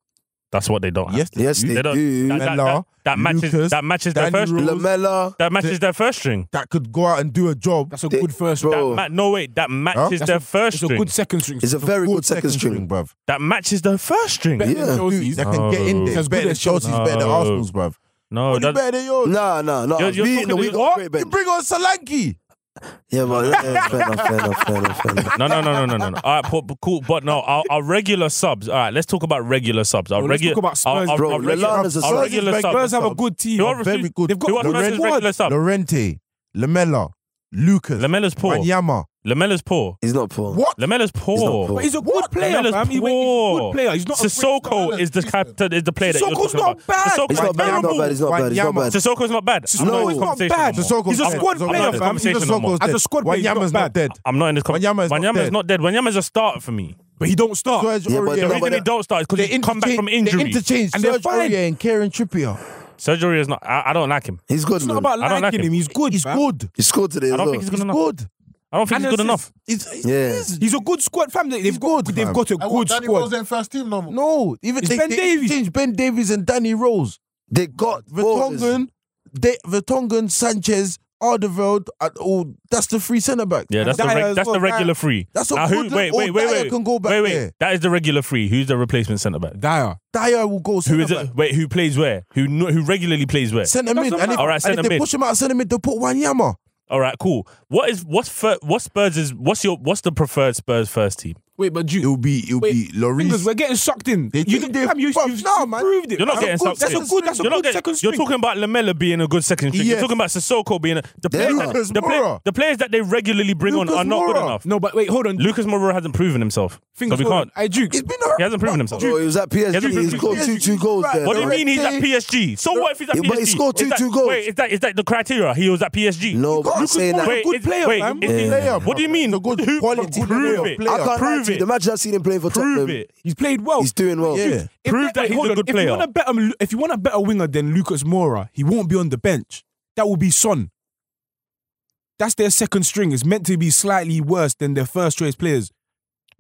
That's what they don't have. Yes, they Yes, do. they, They don't- That, do. That, that- Mela, that- that matches. Lucas, that matches their Danny first. Rose. Lamella, That matches their first string. that could go out and do a job. That's a They- good first. bro, That- That ma- no wait, that matches That's their a- first It's a string. good second string. is a very good, Good second, string. bruv. that matches their first string. Better Yeah. than Chelsea's. That can get in there. That's It's good better than as Chelsea. Chelsea's, better than No. Arsenal's, bruv. No, Only that, better than yours. Nah, nah, nah. You're- you're we, talking no, we to- got what? great You bench. bring on Solanke. Yeah, but yeah, fair enough, fair enough, fair enough, fair enough. no, no, no, no, no, no, no. All right, but, but cool. But no, our, our regular subs. All right, let's talk about regular subs. Our Bro, let's regular, talk about Spurs, our, bro. our, regu- Lallana's a our sub. regular Spurs subs. Spurs have a sub. good team. Who are very refused- good. They've got Loren- Lamella's regular sub. Lorente, Lamella, Lucas, Lamella's poor. Wanyama, Lamella's poor. He's not poor. What? Lamella's poor. poor. But he's a good player, Lamella's fam. He- He's a poor. good player. He's not a Sissoko great is the player. captain, is the player that you're Sissoko's talking not about. bad. Sissoko's He's not bad. He's not terrible. bad. He's not bad. He's not bad. Wanyama. Sissoko's not bad. I'm not in this Sissoko's not conversation bad. no more. Sissoko's He's a dead. squad Sissoko's player, not in this fam. conversation He's a no more. squad As a dead. squad player, he's Wanyama's not not bad. dead. I'm not in this conversation. Wanyama's not Wanyama's dead. not dead. Wanyama's a starter for me. But he don't start. Serge Yeah, but Aurier. The no, reason they that- don't start is because They he's come back interchange- from injury. They interchange And they're Serge fine. Aurier and Kieran Trippier. Sergio Aurier is not. I, I don't like him. He's good. It's not man. about I don't liking like him. him. He's good. He's fam. good. He's scored today I as don't well. think he's good He's enough. good. I don't think And he's good assist. enough. He's, he's, Yeah. he's- He's a good squad, fam. They- They've got good, they've fam. got a I want good Danny Rose squad. in first team no more. no, even It's they, Ben they Davies. exchanged Ben Davies and Danny Rose. They got Vertonghen, De- Vertonghen, Sanchez, Alderweireld. uh, Oh, that's the three centre back. Yeah, that's the Dyer reg- as that's the well. regular Dyer- free. That's a Now good who? look. Wait, Oh, wait, wait, Dyer wait. can go back wait, wait. there. That is the regular free. Who's the replacement centre back? Dyer. Dyer will go. Who is centre back. it? Wait, who plays where? Who kn- who regularly plays where? Centre mid. And if, All right, and centre if they mid. push him out of centre mid, they'll put Wanyama. All right, cool. What is what's fir- what's Spurs is what's your what's the preferred Spurs first team? Wait, but you. It'll be it'll Wait, be Fingers, Lloris. we're getting sucked in. They you, think they- fam, you, fam, you've nah, man. proved it. You're not fam. getting sucked That's in. a good. That's You're a good not getting- second You're string. talking about Lamella being a good second string. You're Yes. talking about Sissoko being a, the players Yeah. that, the, play- Lucas Moura. the players that they regularly bring on Lucas are not good Moura. enough. No, but wait, hold on. Lucas Moura hasn't proven himself, Fingers, so we hold can't. on. Hey, Duke. He's been alright. He hasn't proven himself. Bro, he was at PSG. Yeah, He but- scored two two goals there. What do you Correct. mean he's at PSG? So what if he's at PSG? Yeah, but he scored Is two- that- two goals. Wait, is that is that the criteria? He was at PSG. No, but I'm Lucas saying Moura. that. Wait, Good is- player, wait, man. is he- Player, what do you bro. mean? He's a good Who- quality prove player. it. Player. I can't lie Prove to you. it. The match I've seen him playing for Prove Tottenham, it. He's played well. he's doing well. Yeah. If Prove that he's hold a on, good if player. You want a better, if you want a better winger than Lucas Moura, he won't be on the bench. That will be Son. That's their second string. It's meant to be slightly worse than their first choice players.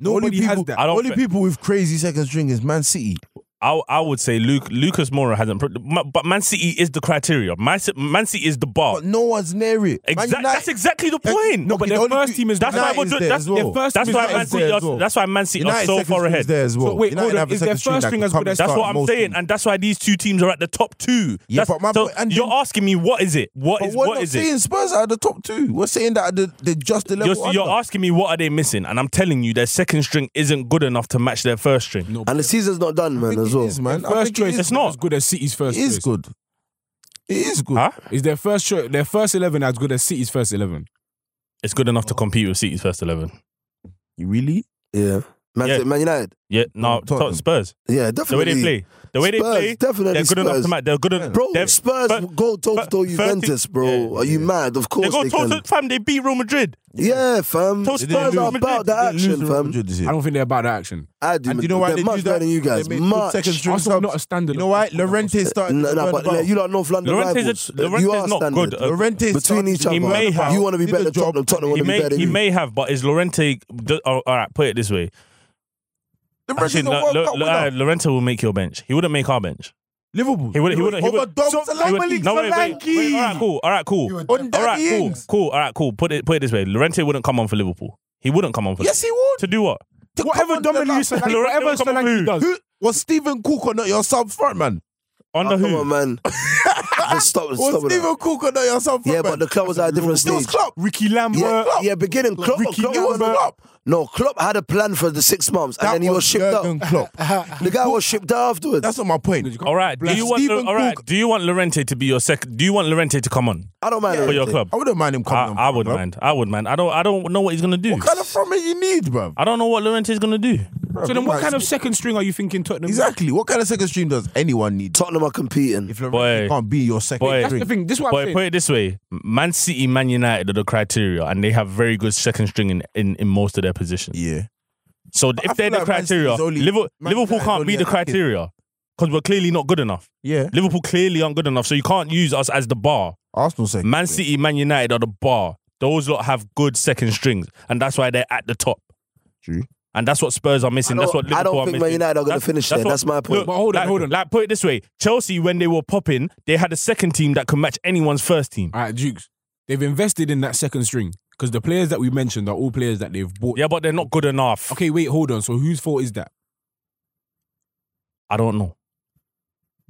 Only Nobody has people- that. I don't Only think- people with crazy second string is Man City. I, I would say Luke, Lucas Moura hasn't, pro- Ma- but Man City is the criteria. Man Ci- Man City is the bar. But no one's near it. Man Exact, United- that's exactly the point. No, but but their the only first pe- team is that's why United we're is doing. there That's, as well. their first That's that's why why Man United's City. there Are, as well. That's why Man City are United's so second far string ahead. Is there as well. So wait, United hold on, have a is their second string first that string can as good come as That's start what I'm most saying, teams. and that's why these two teams are at the top two. Yeah, That's- but my so point- and you're then- asking me what is it? What But is we're what not is it? saying Spurs are the top two. We're saying that they're, they're just the level. You're, you're under. asking me what are they missing, and I'm telling you their second string isn't good enough to match their first string. No, And the season's not done, I man, think as it well. is, man. I first think it choice. is. It's not. as good as City's first. It is choice. good. It is good. Huh? Is their first cho- their first eleven as good as City's first eleven? It's good enough to compete with City's first eleven. You really? Yeah. Man, Yeah. man United. Yeah, no, Oh, Tottenham. Tot- Spurs. The Yeah, way definitely. they play, the way they Spurs, play, definitely they're good enough Spurs. to match. They're good enough, Bro, they're- Spurs fir- go toe to fir- toe thirty- Juventus, bro. Yeah, Are you mad? Of They course go they, toe can. to fam. They beat Real Madrid. Yeah, fam. Toe to toe Spurs Real are Madrid. about the They Lose action, to Real fam. Madrid this year. I don't think they're about the action. I do. And do you know why they're they much do that? better than you They guys. made good Much. second string Arsenal not a subs. standard. You know why? Lorente started. Nah, to nah, burn the but nah, ball. you lot North London Llorente is a- rivals. Llorente you are is not standard. good. Llorente Between started each to other, burn may the have- ball. you want to be Did better the than Tottenham. Tottenham want He to be may, better than he you. may have, but is Lorente? The, oh, all right, put it this way. Llorente's Actually, a Lo- World Lo- Cup Lo- winner. uh, Lorente will make your bench. He wouldn't make our bench. Liverpool. He would. He would. He Over would. Dom he would- Solanke. no, wait, wait, wait, All right, cool. All right, cool. You would- All right, On Danny cool. Ings. Cool. All right, cool. Put it. Put it this way. Lorente wouldn't come on for Liverpool. He wouldn't come on for. Yes, he would. To do what? To Whatever come on the Dominic lap. Solanke, Llorente whatever will come on who? Solanke does, Who was Stephen Cook or not your sub front man? Under Ah, Oh, who? Come on, man. Just stop, Was stop with Stephen that. Cook or not your sub front Yeah, man? but the club was at a different it was stage. Klopp. Ricky Lambert. Yeah, Klopp. yeah, beginning. Klopp, Ricky Klopp, Lambert. was- No, Klopp had a plan for the six months, and That then he was, shipped Jurgen out. Klopp. The guy was shipped out afterwards. That's not my point. All right. Do you want? Stephen all right. Cook. Do you want Lorente to be your second? Do you want Lorente to come on I don't mind for your anything. club? I wouldn't mind him I, coming. on I for would the club. mind. I would mind. I don't. I don't know what he's gonna do. What kind of front man you need, bruv? I don't know what Lorente is gonna do. So then, what kind of second string are you thinking Tottenham? exactly? What kind of second string does anyone need? Tottenham are competing. If Boy. Llorente can't be your second Boy. That's the string, thing. This is what I'm But saying. put it this way: Man City, Man United are the criteria, and they have very good second string in, in, in most of their positions. yeah. So I if they're feel the like Man City's criteria, only- Liverpool, Man Liverpool United's can't only be the a kid. criteria because we're clearly not good enough. Yeah, Liverpool clearly aren't good enough, so you can't use us as the bar. Arsenal second. Man string. City, Man United are the bar. Those lot have good second strings, and that's why they're at the top. True. And that's what Spurs are missing. That's what I Liverpool don't are think Man missing. United are gonna finish there. what- That's my point. Look, But hold on, like- hold on. Like, put it this way: Chelsea, when they were popping, they had a second team that could match anyone's first team. All right, Dukes. They've invested in that second string because the players that we mentioned are all players that they've bought. Yeah, but they're not good enough. Okay, wait, hold on. So whose fault is that? I don't know.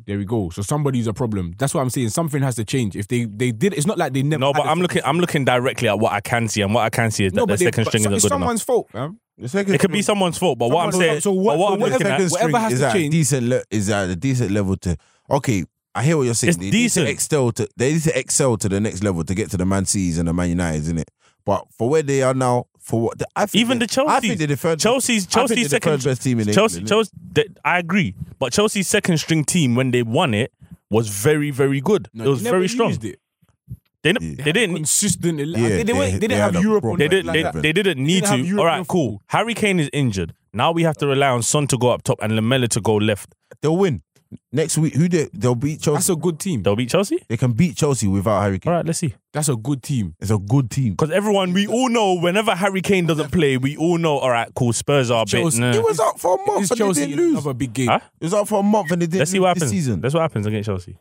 There we go. So somebody's a problem. That's what I'm saying. Something has to change. If they they did, it's not like they never. No, had but I'm a second looking. string. I'm looking directly at what I can see, and what I can see is that No, their but they- second but string so- isn't it's good enough. someone's fault, man. The second It could string- be someone's fault, but what I'm Someone's saying. fault. So what- but what so I'm what looking if- at, second whatever string has is to at a change. decent le- is at a decent level to okay. I hear what you're saying. It's they decent. Need to excel to they need to excel to the next level to get to the Man Cities and the Man Uniteds, isn't it? But for where they are now, for what the, I think Even they- the Chelsea. I think they're the third. Chelsea's I think Chelsea's they're the second third best team in Chelsea, England. Chelsea, they, I agree, but Chelsea's second string team when they won it was very very good. No, it was they never very strong. used it. They, n- they didn't. Consistent. ele- Yeah, they, they, weren't- they- they they didn't have had a Europe. proper on They that didn't. like They, that. they didn't need didn't have to. All right, European cool. Harry Kane is injured. Now we have to rely on Son to go up top and Lamella to go left. They'll win next week. Who they? They'll beat Chelsea. That's a good team. They'll beat Chelsea. they can beat Chelsea without Harry Kane. All right, let's see. That's a good team. It's a good team. Because everyone, we all know, whenever Harry Kane doesn't play, we all know. All right, cool. Spurs are a bit. Chelsea- nah. It was out for a month It's and Chelsea they in didn't lose. another big game. Huh? It was out for a month and they didn't Let's see lose what this happens. season. That's what happens against Chelsea.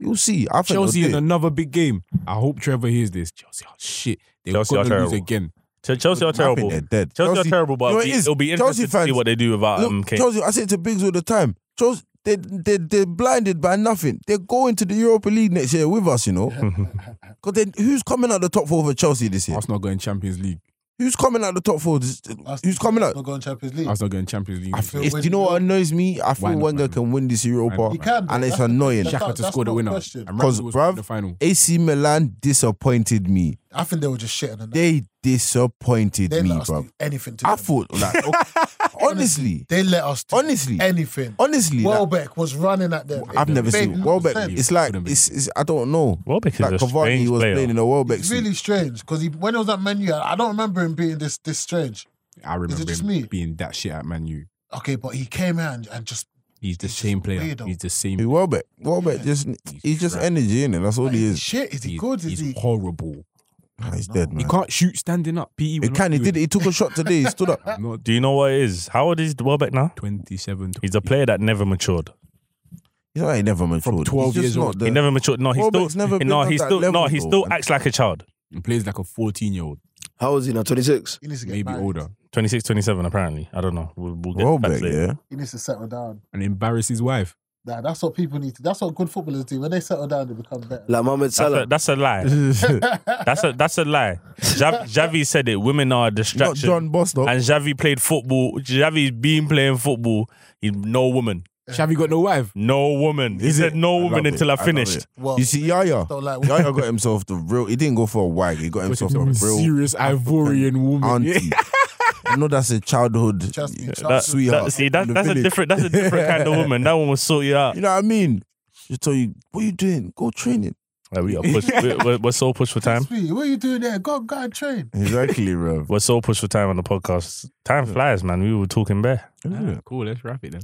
You'll see. I think Chelsea they'll in do it. another big game. I hope Trevor hears this. Chelsea are shit. They're Chelsea are gonna terrible. lose again. Ch- Chelsea are I think terrible. they're Chelsea, dead. are terrible, but You know it'll what be, it is? it'll be Chelsea interesting to see fans- what they do without um, Look, Kane. Chelsea, I say it to Biggs all the time. Chelsea, they, they, they're blinded by nothing. They're going to the Europa League next year with us, you <laughs> know. Because then who's coming out the top four for Chelsea this year? Arsenal going Champions League. Who's coming out the top four? This- Who's coming out? Not going Champions League. Arsenal going Champions League. I feel, Why it's, you know what annoys me? I feel not, Wenger man? can win this Why Europa, not? He can, and but it's that's- annoying. that's- Shaka to That's score the not a winner. question. And Ramsey 'Cause, was bruv, in the final. AC Milan disappointed me. I think they were just shitting on that. They disappointed They me, let us bro. do anything to I them. thought, like, <laughs> okay, honestly, They let us do honestly, anything. honestly, like, Welbeck was running at them. I've It never made seen no Welbeck. sense. It's like Couldn't be. it's, it's I don't know. Welbeck is like a Cavani strange was player. playing in a Welbeck It's suit. really strange because when it was at Man U, I I don't remember him being this this strange. I remember just him me? being that shit at Man U. Okay, but he came out and just He's the He's just same player. weirdo. He's the Hey, same. Welbeck, Welbeck just he's just crap. energy in it. That's all is he he is. shit. Is he He's, good? Is he's he? horrible. Ah, He's dead, He man. can't shoot standing up. E PE. He can. He did. it. He took a shot today. He stood up. I'm not Do you know what it is? How old is Welbeck now? 27. He's a player that never matured. He's like, he never matured. From 12 He's just years not old. the- He never matured. No, he's Welbeck's still. never been no, at he's that still. No, level, he though, still man. acts like a child. He plays like a 14 year old, How old is he now? 26? He needs to get maybe married. older, 26, 27, apparently. I don't know. We'll, we'll get back Welbeck, to it. yeah. He needs to settle down. and embarrass his wife. Nah, that's what people need to. That's what good footballers do. When they settle down, they become better. Like Mohamed That's a, Salah. that's a <laughs> lie. That's a that's a lie. Jav, Javi said it. Women are a Not distraction. John Bostock. And Javi played football. Javi's been playing football. He's no woman. Xavi got no wife. No woman. He Is said it? no I woman love it. until I love finished. it. Well, You see, <laughs> Yaya. don't like- Yaya got himself the real. He didn't go for a wag. He got Got himself the himself a real serious Ivorian woman. <laughs> Yeah. auntie. I know that's a childhood. uh, trust me. Trust That, me. Sweetheart that- see, in that, the that's a village. different that's a different kind of woman. That one will sort you out. You know what I mean? She told you, "What you doing? Go training." Like, we are pushed, we're, we're- we're so pushed for time. Trust me. What are you doing there? Go, go and train. <laughs> Exactly, bro. <laughs> We're so pushed for time on the podcast. Time flies, man. We were talking bare. Ah, cool, let's wrap it then.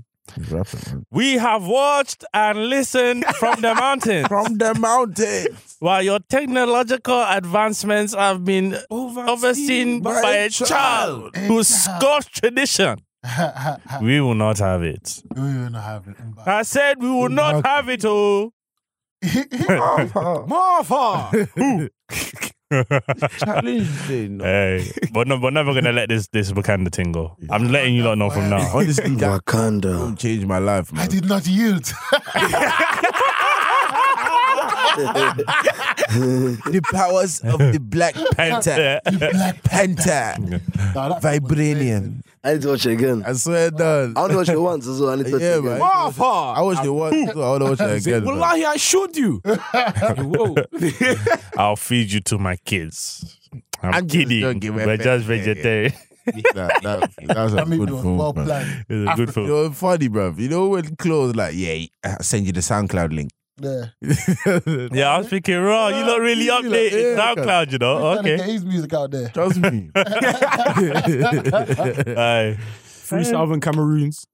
We have watched and listened <laughs> from the mountains. From the mountain. While your technological advancements have been overseen, by, a child, whose Scotch tradition, we will not have it. We will not have it. I said we will not have it, oh. <laughs> Martha! Challenge <laughs> day, <laughs> no. Hey, but no, we're never gonna let this this Wakanda thing go. I'm letting you lot know from now. Honestly, that Wakanda. don't change my life, I man. did <laughs> not yield. The powers of the <laughs> Black Panther. <laughs> Black Panther. Nah, that film was amazing. Vibranium. I need to watch it again. I swear, done. I only watched it once as well. I need to watch Yeah, it again. man. Martha! I watched the one. I want to watch <laughs> it again. man. Wallahi, I showed <laughs> you. <laughs> Whoa. I'll feed you to my kids. I'm, I'm just kidding. joking, man. we're just vegetarian. That, that, <laughs> that was a That movie good was film, well man. planned. <laughs> It's a good You film. know, funny, bruv. You know when Claude's like, yeah, I'll send you the SoundCloud link. Yeah. Yeah, I was thinking, raw, you not really Yeah, updated yeah. SoundCloud, you Oh, know? Trying to Okay. get his music out there. Trust <laughs> <laughs> me. Aye. Three Southern Cameroons.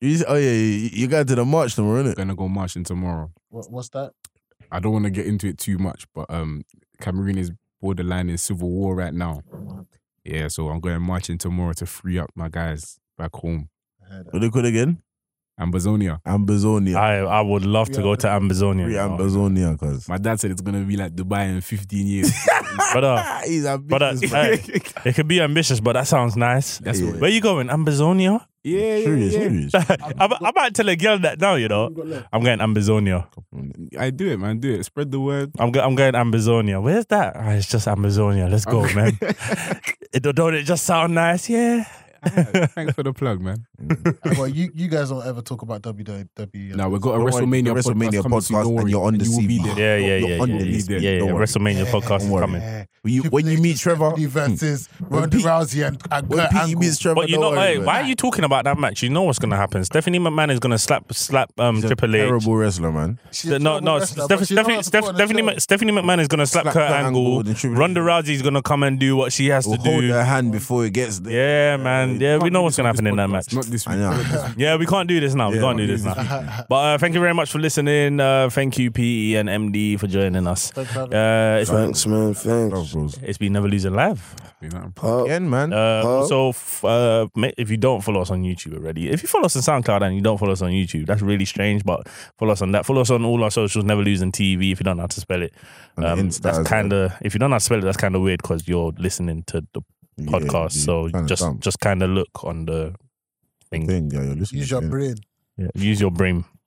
You s- oh, yeah, you, you got to the march tomorrow, innit? Gonna go marching tomorrow. What, what's that? I don't want to get into it too much, but um, Cameroon is borderline in civil war right now. Yeah, so I'm going marching tomorrow to free up my guys back home, What they call it again? Ambazonia. Ambazonia. I, I would love to go to Ambazonia. Free you know. Ambazonia, cuz. My dad said it's gonna be like Dubai in <laughs> 15 years. Brother, Ah, <laughs> He's a brother, business aye, man. uh, it could be ambitious, but that sounds nice. That's what. Where you going? Ambazonia? <laughs> Yeah, yeah, Serious, yeah. serious. I, I might tell a girl that now, you know. I'm going Ambazonia. I do it, man. Do it. Spread the word. I'm, go- I'm going Ambazonia. Where's that? Ah, it's just Ambazonia. Let's go, man. it, don't it just sound nice? Yeah. Thanks for the <laughs> plug, man. well, you, you guys don't ever talk about E. WWE. Now we got a Don't worry, WrestleMania, the podcast, WrestleMania coming soon, podcast don't and worry, you're on the you will be CV. there. Yeah, yeah, You're yeah. on yeah, the yeah, list, yeah, don't yeah. worry. WrestleMania podcast is worry. coming. Yeah. When you, when you meet Trevor, hmm. Lee versus Ronda Pete- Rousey and, and when E Kurt Pete Angle. meets Trevor, But you know, don't hey, worry, why man. are you talking about that match? You know what's gonna happen. Stephanie McMahon is gonna slap slap um, He's a Triple H. Terrible wrestler, man. She's The- a No, terrible no. wrestler, Steph- but she knows Stephanie, how to Steph- put on a Stephanie, show. Ma- Stephanie McMahon is gonna slap, Slap Kurt Kurt Angle. Angle, then Triple H- Ronda Rousey's gonna come and do what she has We'll to hold do. her hand before it gets there. Yeah, man. Yeah, we know what's gonna happen in that match. Not this I week. <laughs> know. Yeah, we can't do this now. we Yeah, can't do we this can't <laughs> now. but uh, thank you very much for listening. Uh, thank you, PE and MD, for joining us. Thanks for having Uh, it's, been, Thanks, man. Love, Thanks. bros. it's been Never Losing Live. You know, Up. Again, man. Uh, Huh? So f- uh, ma- if you don't follow us on YouTube already, if you follow us on SoundCloud and you don't follow us on YouTube, that's really strange. But follow us on that. Follow us on all our socials. Never losing TV. If you don't know how to spell it, Um, And Insta that's as kind of if you don't know how to spell it, that's kind of weird because you're listening to the Yeah, podcast. yeah, so kinda just dumb. just kind of look on the thing. Thing, yeah, you're listening. Use your yeah. brain. Yeah, Use your brain.